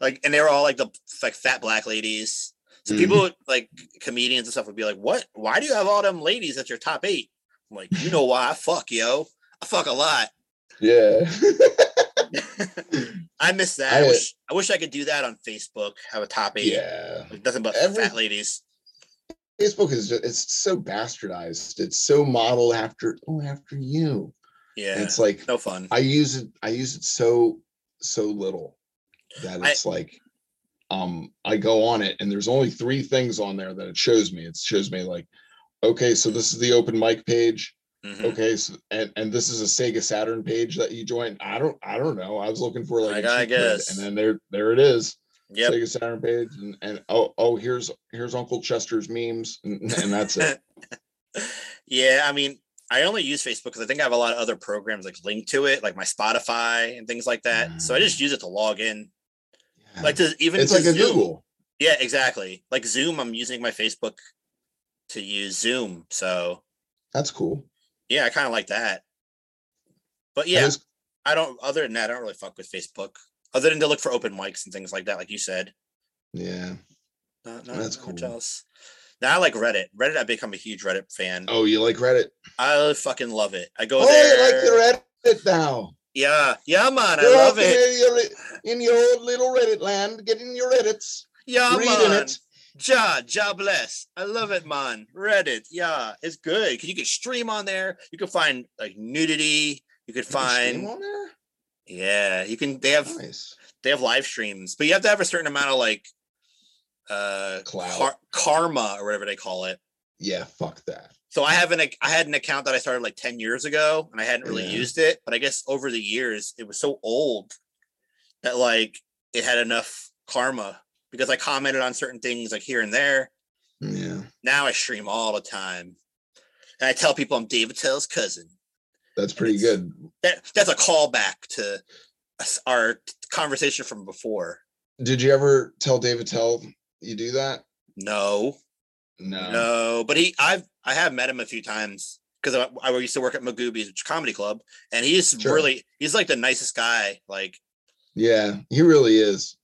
Like and they were all like the like fat black ladies. So people Mm-hmm. would, like comedians and stuff would be like, What? Why do you have all them ladies at your top eight? I'm like, you know why I fuck, yo. I fuck a lot. yeah. I miss that. I, I- wish I wish I could do that on Facebook, have a top eight. yeah. Like nothing but Every- fat ladies. Facebook is just, it's so bastardized. It's so modeled after oh after you. Yeah. And it's like no fun. I use it I use it so so little that I- it's like um I go on it and there's only three things on there that it shows me. It shows me like okay, so this is the open mic page. Mhm. Okay, so and and this is a Sega Saturn page that you joined. I don't I don't know. I was looking for like Like, a I cheat code, guess. and then there there it is. Yep. Sega Saturn page and, and oh oh here's here's Uncle Chester's memes and, and that's it. yeah, I mean, I only use Facebook because I think I have a lot of other programs like linked to it, like my Spotify and things like that. So I just use it to log in, Mm. Yeah. like to even it's to like a Zoom. Google. Yeah, exactly. Like Zoom, I'm using my Facebook to use Zoom. So That's cool. yeah, I kind of like that. But That yeah, is- I don't. Other than that, I don't really fuck with Facebook. Other than to look for open mics and things like that, like you said. yeah. Not, That's That's not much cool. else. Now I like Reddit. Reddit, I've become a huge Reddit fan. Oh, you like Reddit? I fucking love it. I go Oh, there. you like the Reddit now. Yeah, yeah, man, I You're out love it. there, you're in your old little Reddit land, getting your Reddits, Yeah, reading man. it. Ja, ja bless. I love it, man. Reddit, yeah, it's good because you can stream on there. You can find like nudity. You could You can stream find on there? yeah. You can they have Nice. they have live streams, but you have to have a certain amount of like uh Clout. car- karma or whatever they call it. Yeah, fuck that. So I have an ac- I had an account that I started like 10 years ago and I hadn't really Yeah. used it, but I guess over the years it was so old that like it had enough karma because I commented on certain things like here and there. Yeah. Now I stream all the time. And I tell people I'm David Tell's cousin. That's pretty it's- good. That that's a callback to us- our conversation from before. Did you ever tell David Tell you do that? No. No. No, but he, I've, I have met him a few times because I, I used to work at Magoobies Comedy Club, and he's Sure. really, he's like the nicest guy. Like, Yeah, he really is.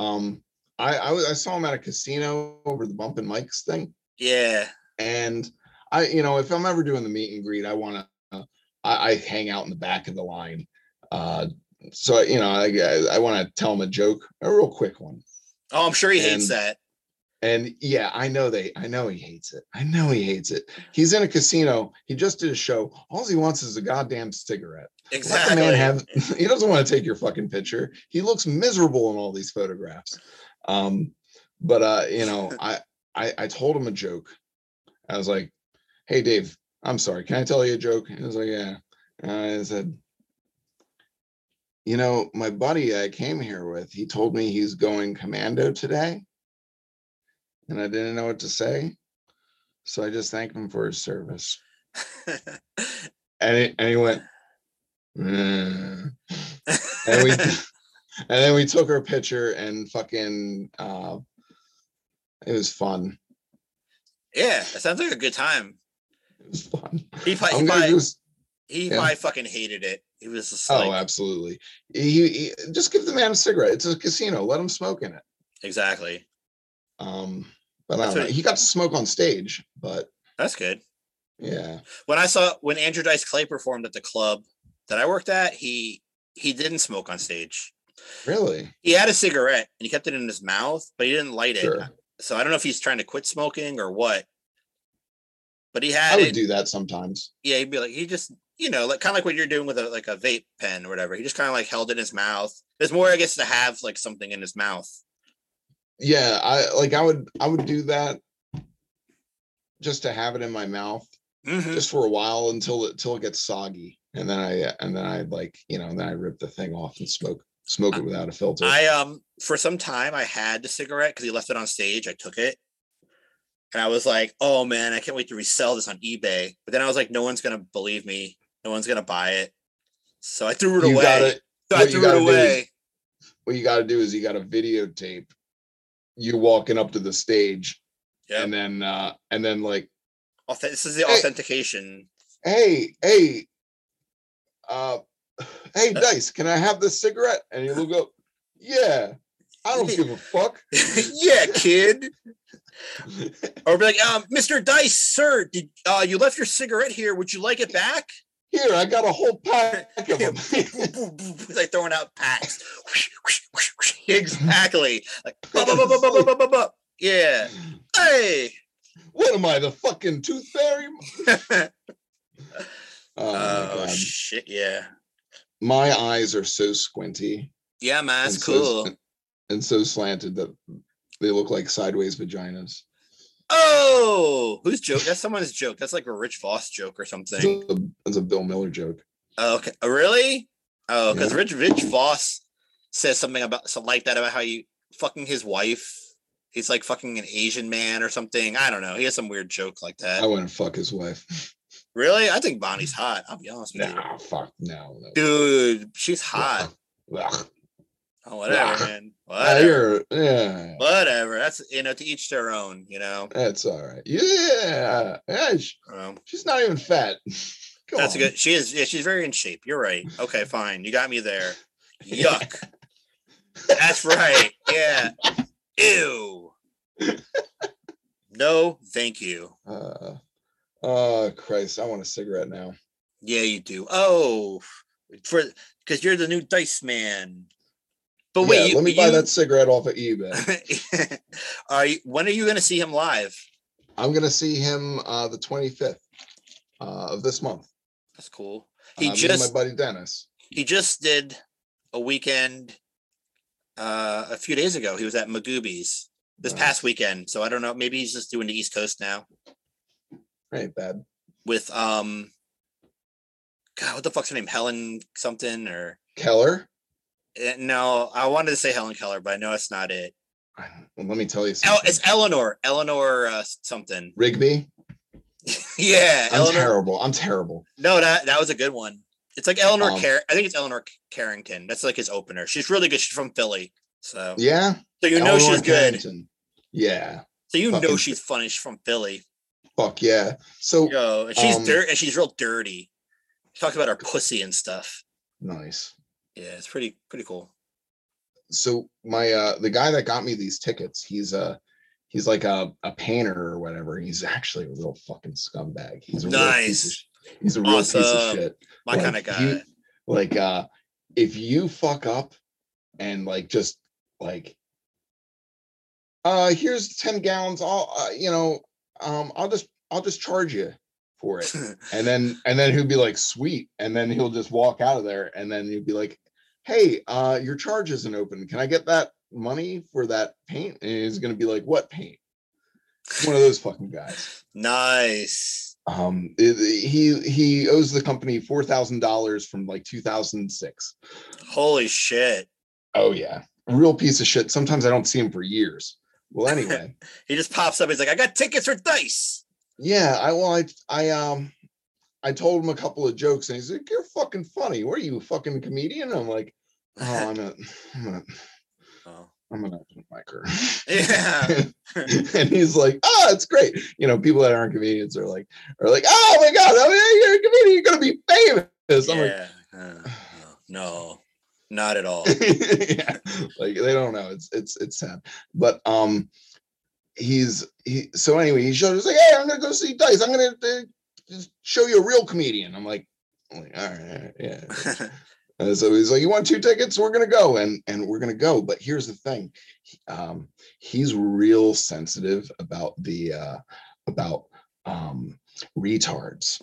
Um, I, I was- I saw him at a casino over the bump and mics thing, yeah, and I you know if I'm ever doing the meet and greet, I want to I, I hang out in the back of the line. Uh, so you know I I want to tell him a joke, a real quick one. oh, I'm sure he hates And- that. And yeah, I know they, I know he hates it. I know he hates it. He's in a casino. He just did a show. All he wants is a goddamn cigarette. Let the Exactly. man have, he doesn't want to take your fucking picture. He looks miserable in all these photographs. Um, but uh, you know, I, I, I told him a joke. I was like, "Hey, Dave, I'm sorry. Can I tell you a joke?" And he was like, "Yeah." And I said, "You know, my buddy I came here with, he told me he's going commando today, and I didn't know what to say, so I just thanked him for his service." And it, and he went. "Mm." and we and then we took her picture and fucking uh it was fun yeah, that sounds like a good time. it was fun He probably, I'm he gonna probably, just- he yeah. probably fucking hated it. He was just oh like, absolutely He- he- just give the man a cigarette it's a casino let him smoke in it exactly. um but I That's don't know. what- he got to smoke on stage but That's good. yeah When I saw when Andrew Dice Clay performed at the club that I worked at, he he didn't smoke on stage. really He had a cigarette and he kept it in his mouth, but he didn't light it. sure So I don't know if he's trying to quit smoking or what. But he i had would it. do that sometimes yeah, he'd be like, he just, you know, like kind of like what you're doing with a like a vape pen or whatever. He just kind of like held it in his mouth. It's more, I guess, to have like something in his mouth. yeah i like i would i would do that just to have it in my mouth Mhm. just for a while until it till it gets soggy and then i uh, and then i like you know and then i rip the thing off and smoke smoke it without a filter I um for some time I had the cigarette because he left it on stage. I took it. And I was like, oh man, I can't wait to resell this on eBay. But then I was like, no one's gonna believe me. No one's gonna buy it. So I threw it you away. gotta so what I you threw gotta it do is- away. what you gotta do is you gotta videotape you walking up to the stage Yep. and then uh and then like Auth- this is the Hey. authentication. hey hey uh hey dice can i have this cigarette and he'll go yeah i don't give a fuck yeah, kid. Or be like, um, Mr. Dice, sir, did uh, you left your cigarette here? Would you like it back? here i got a whole pack of them Boop, boop, boop, like throwing out packs. exactly. Like, bup, bup, bup, bup, bup, bup, bup, bup. yeah. Hey. what am i the fucking tooth fairy oh, Oh, my, God. shit. Yeah. my eyes are so squinty. Yeah, man, and that's so cool. sl- and so slanted that they look like sideways vaginas. oh, who's joke? That's someone's joke. That's like a Rich Voss joke or It's something. a, it's a Bill Miller joke. Oh, okay. Oh, really? Oh, because Yeah. Rich Rich Voss says something about so like that about how you fucking his wife. He's like fucking an Asian man or something. I don't know. He has some weird joke like that. I want to fuck his wife. Really? I think Bonnie's hot. I'll be honest with Nah, fuck no. no. you. Dude, she's hot. Ugh. Oh, whatever, Nah. man. Ah, Whatever. you're- yeah, Whatever. That's you know, to each their own, you know. that's all right. Yeah, yeah, sh- Um, she's not even fat. Come that's a on. good she is yeah, she's very in shape. You're right. Okay, fine. You got me there. Yuck. That's right. Yeah. Ew. No, thank you. Uh, oh Christ, I want a cigarette now. Yeah, you do. Oh, for because you're the new dice man. But wait, Yeah, you, let me buy you- that cigarette off of eBay. are you, when are you going to see him live? I'm gonna see him uh, the 25th uh, of this month. That's cool. uh, He me and just my buddy Dennis. he just did a weekend uh a few days ago. He was at Magoobies this Nice. past weekend. So I don't know. Maybe he's just doing the East Coast now. Right, bad. with um God, what the fuck's her name? Helen something or Keller. eh, no, I wanted to say Helen Keller, but I know it's not it. Let me tell you El, something. it's Eleanor, Eleanor uh, something. Rigby. yeah, I'm Eleanor. terrible. I'm terrible. No, that that was a good one. It's like Eleanor Um, Car. I think it's Eleanor C- Carrington. That's like his opener. She's really good. She's from Philly, so Yeah. so you know Eleanor she's good. Carrington. Yeah. So you know Fucking- she's funny. She's from Philly. Fuck yeah. So Yo, and she's Um, dirt and she's real dirty. She talks about her pussy and stuff. nice. Yeah, it's pretty pretty cool. so my uh the guy that got me these tickets he's uh he's like a, a painter or whatever he's actually a real fucking scumbag he's a real piece of, Nice. sh- he's a real piece of Awesome. shit My Like, kind of guy. he- like uh if you fuck up and like just like uh here's 10 gallons i'll uh, you know um i'll just i'll just charge you for it and then and then he'll be like sweet and then he'll just walk out of there and then you'll be like hey uh your charge isn't open can i get that money for that paint and he's gonna be like what paint one of those fucking guys nice. um it- it- he he owes the company four thousand dollars from like 2006 Holy shit. oh yeah real piece of shit sometimes i don't see him for years well anyway He just pops up. He's like, I got tickets for dice. yeah i well i i um i told him a couple of jokes and he's like you're fucking funny what are you a fucking comedian i'm like Oh, I'm a, I'm a, Oh. I'm an accident biker. Yeah. and he's like, oh, it's great. You know, people that aren't comedians are like, are like, oh my god, oh, yeah, you're a comedian, you're gonna be famous. I'm yeah. Uh, no, not at all. like, yeah. like they don't know. It's it's it's sad. But um, he's he. So anyway, he showed. He's like, hey, I'm gonna go see Dice. I'm gonna uh, just show you a real comedian. I'm like, I'm like, all right, all right yeah. And so he's like, "You want two tickets? We're gonna go, and and we're gonna go." But here's the thing, he- um, he's real sensitive about the uh, about um, retards.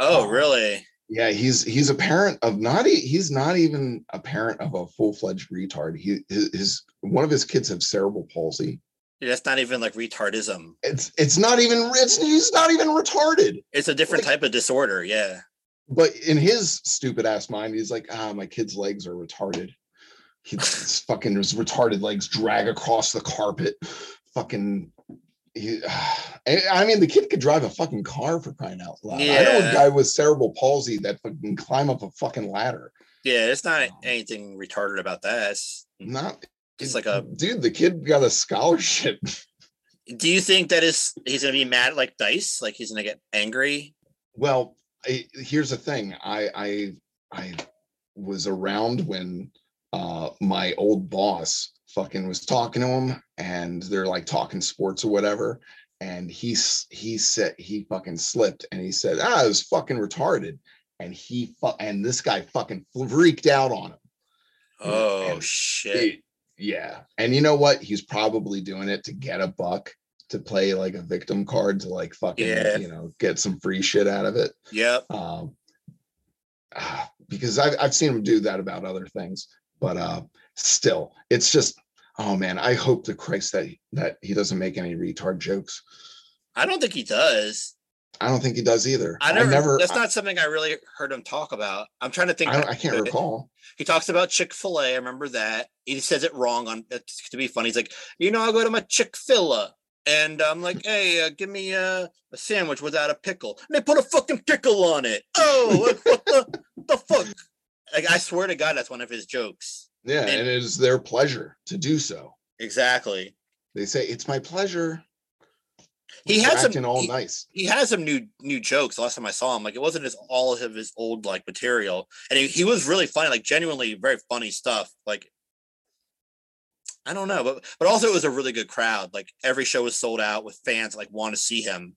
oh, Um, really? Yeah, he's he's a parent of not e- he's not even a parent of a full fledged retard. He his, his one of his kids have cerebral palsy. Dude, that's not even like retardism. It's it's not even it's he's not even retarded. It's a different Like- type of disorder. Yeah. But in his stupid ass mind, he's like, "Ah, my kid's legs are retarded." He his fucking his retarded legs drag across the carpet. Fucking, he, I I mean, the kid could drive a fucking car for crying out loud. I know Yeah. a guy with cerebral palsy that fucking climb up a fucking ladder. Yeah. It's not Um, anything retarded about that. It's Not just like a. dude. The kid got a scholarship. Do you think that is he's gonna be mad like dice? Like he's gonna get angry? Well, I, here's the thing. I I I was around when uh my old boss fucking was talking to him and they're like talking sports or whatever and he s- he said he fucking slipped and he said, "Ah, I was fucking retarded." And he fu- and this guy fucking freaked out on him. Yeah, Oh and shit! It- yeah. And you know what? He's probably doing it to get a buck to play like a victim card to like fucking, Yeah. you know, get some free shit out of it Yep. um, ah, because I've, I've seen him do that about other things but uh, still it's just oh man i hope to christ that he, that he doesn't make any retard jokes I don't think he does. i don't think he does either I never, that's I, not something I really heard him talk about. I'm trying to think. I, don't, back I can't to it. recall He talks about Chick-fil-A. I remember that. He says it wrong on it's to be funny. He's like, you know, I go to my Chick-fil-A and I'm like, hey, uh, give me uh, a sandwich without a pickle. And they put a fucking pickle on it. Oh, like, what the, the fuck? Like, I swear to God, that's one of his jokes. yeah And- and it is their pleasure to do so Exactly. they say it's my pleasure He They're had some, acting all he- nice he has some new new jokes. Last time I saw him, like it wasn't as all of his old like material, and he, he was really funny, like genuinely very funny stuff. Like I don't know, but but also it was a really good crowd. Like every show was sold out with fans that, like want to see him.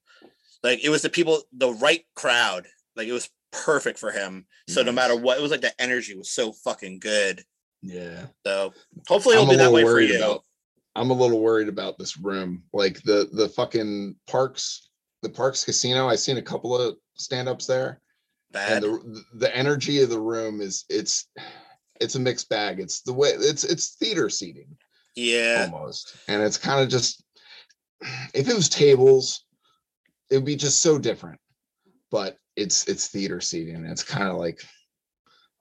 Like it was the people, the right crowd. Like it was perfect for him. So no matter what, it was like the energy was so fucking good. yeah So hopefully it'll I'm a be that little way for worried you. about- I'm a little worried about this room. Like the the fucking parks, the parks casino. I've seen a couple of stand-ups there. Bad. And the the energy of the room is it's it's a mixed bag. It's the way it's it's theater seating yeah. almost. And it's kind of just if it was tables, it would be just so different. But it's it's theater seating. It's kind of like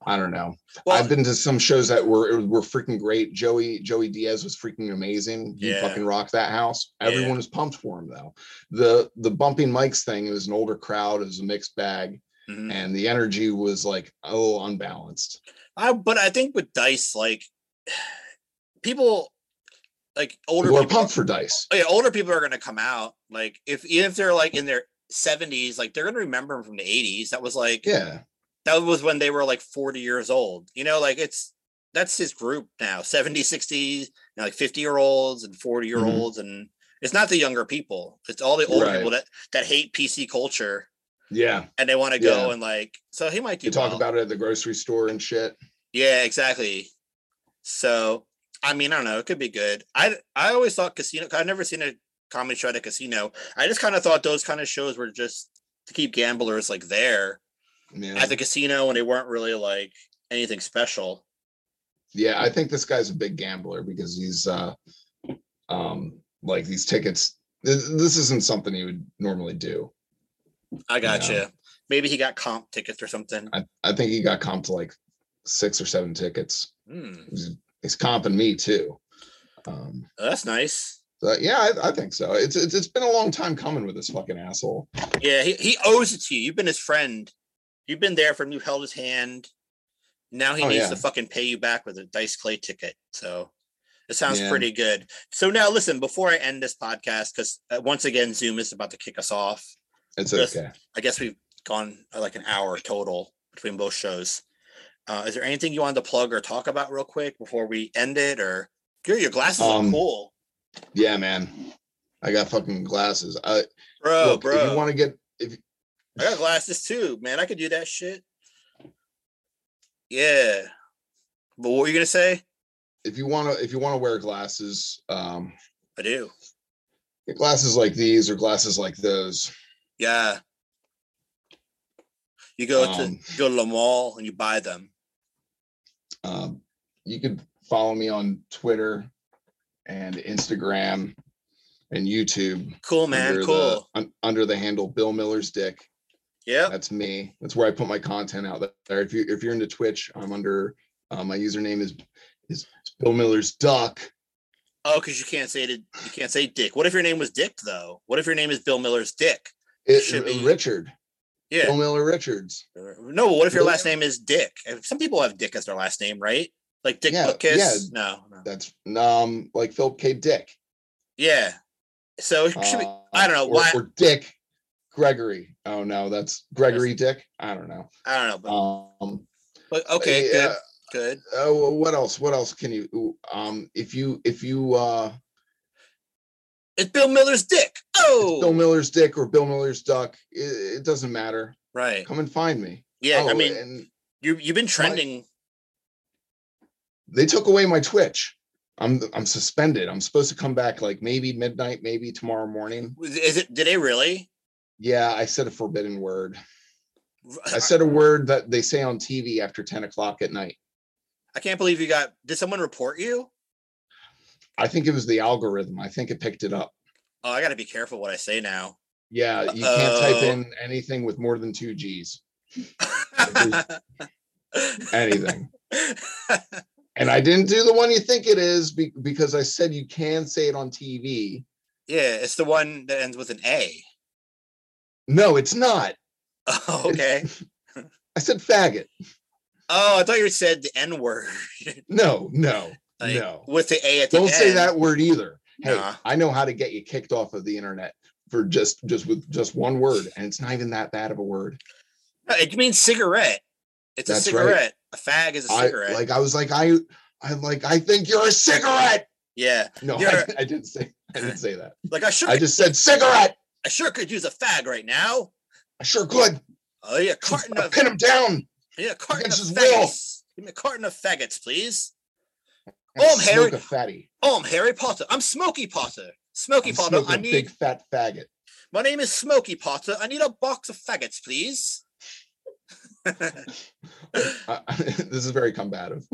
I don't know. Well, oh, I've been to some shows that were were freaking great. Joey Joey Diaz was freaking amazing. He Yeah. fucking rocked that house. Yeah. Everyone was pumped for him though. The the bumping mics thing, it was an older crowd, it was a mixed bag, mhm. and the energy was like oh unbalanced. I but I think with dice, like people like older We're people oh, pumped for dice. yeah, older people are gonna come out. Like if even if they're like in their seventies, like they're gonna remember him from the eighties. That was like Yeah. that was when they were like 40 years old. You know, like it's that's his group now, 70, 60, you know, like 50 year olds Mm-hmm. and 40 year olds and it's not the younger people. It's all the older Right. people that that hate PC culture Yeah. and they want to go Yeah. and like so he might do You talk well. about it at the grocery store and shit. Yeah, exactly. So, I mean, I don't know. It could be good. I I always thought casino. I've never seen a comedy show at a casino. I just kind of thought those kind of shows were just to keep gamblers like there Yeah. at the casino, and they weren't really like anything special. yeah i think this guy's a big gambler because he's uh um like these tickets this, this isn't something he would normally do I Yeah. gotcha. Maybe he got comp tickets or something. i i think he got comped to like six or seven tickets Hmm, he's comping me too um Oh, that's nice. so yeah I, I think so it's, it's it's been a long time coming with this fucking asshole Yeah, he, he owes it to you. You've been his friend. You've been there for him. You've held his hand. Now he Oh, needs yeah. to fucking pay you back with a dice clay ticket. So it sounds Yeah. pretty good. So now listen, before I end this podcast, because uh, once again, Zoom is about to kick us off. it's Yes. okay I guess we've gone uh, like an hour total between both shows. Uh, is there anything you wanted to plug or talk about real quick before we end it? Or your your glasses Um, look cool, yeah man i got fucking glasses i bro, look, bro. if you want to get if I got glasses too, man. I could do that shit. Yeah. But what were you gonna say? if you want to if you want to wear glasses um I do. get glasses like these or glasses like those Yeah. You go Um, to go to the mall and you buy them. Um, you could follow me on Twitter and Instagram and YouTube. Cool, man. under The, Cool. un- under the handle Bill Miller's Dick. yep. That's me. That's where I put my content out there. If you if you're into Twitch, I'm under uh, my username is is Bill Miller's Duck. Oh, because you can't say it. You can't say Dick. What if your name was Dick though? What if your name is Bill Miller's Dick? It, Should be- Richard. Yeah. Uh, Bill Miller Richards. No, but what if your Bill- last name is Dick? And Some people have Dick as their last name, right? Like Dick Yeah, Butkus. yeah. No, no. That's um like Philip K. Dick. Yeah. So it should be Uh, I don't know or- why- Or Dick Gregory. Oh no, that's Gregory Dick. I don't know. I don't know, but, Um, but okay, yeah, good, good. uh, wh- what else what else can you ooh, um if you if you uh It's Bill Miller's dick. Oh, it's bill miller's dick or bill miller's duck i- it, it doesn't matter right. come and find me Yeah, I Oh, mean, and you you've been trending. they took away my twitch i'm i'm suspended i'm supposed to come back like maybe midnight maybe tomorrow morning Is it? Did they really? yeah i said a forbidden word i said a word that they say on tv after 10 o'clock at night I can't believe you got. Did someone report you? i think it was the algorithm i think it picked it up Oh, I got to be careful what I say now. yeah you can't type Uh-oh. in anything with more than two g's anything And I didn't do the one you think it is be- because I said you can say it on TV. yeah, it's the one that ends with an A. No, it's not. Oh, okay. I said faggot. Oh, I thought you said the N word. No, no, Like, no. With the A at the Don't end. say that word either. Hey, Nah. I know how to get you kicked off of the internet for just just with just one word, and it's not even that bad of a word. No, It means cigarette. It's a That's right. cigarette. A fag is a I cigarette. like. I was like, I, I'm like, I think you're a cigarette. yeah, No, I, You're- I didn't say. I didn't say that. like I sure, I could, just said cigarette. I sure could use a fag right now. I sure could. Oh yeah, carton of Pin him down. Yeah, a carton of Against his will. faggots. Give me a carton of faggots, please. and Oh, I'm Harry- smoke A fatty. Oh, I'm Harry Potter. I'm Smoky Potter. Smoky I'm Potter, smoking I a need big fat faggot. my name is Smoky Potter. I need a box of faggots, please. I- I- Uh, this is very combative.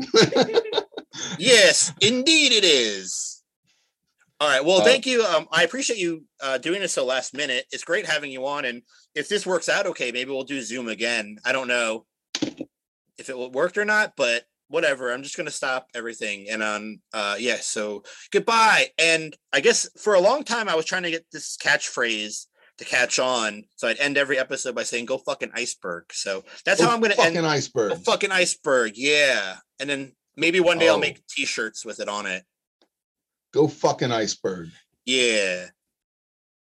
yes, indeed it is. All right. Well, Uh, thank you. Um, I appreciate you uh, doing this so last minute. It's great having you on. And if this works out okay, maybe we'll do Zoom again. I don't know if it worked or not, but whatever. I'm just going to stop everything. And um, uh, yeah, so goodbye. And I guess for a long time, I was trying to get this catchphrase to catch on. So I'd end every episode by saying, go fucking iceberg. So that's how Oh, I'm going to fucking end. iceberg. Go fucking iceberg. Yeah. And then maybe one day Oh. I'll make t shirts with it on it. Go fucking iceberg. Yeah.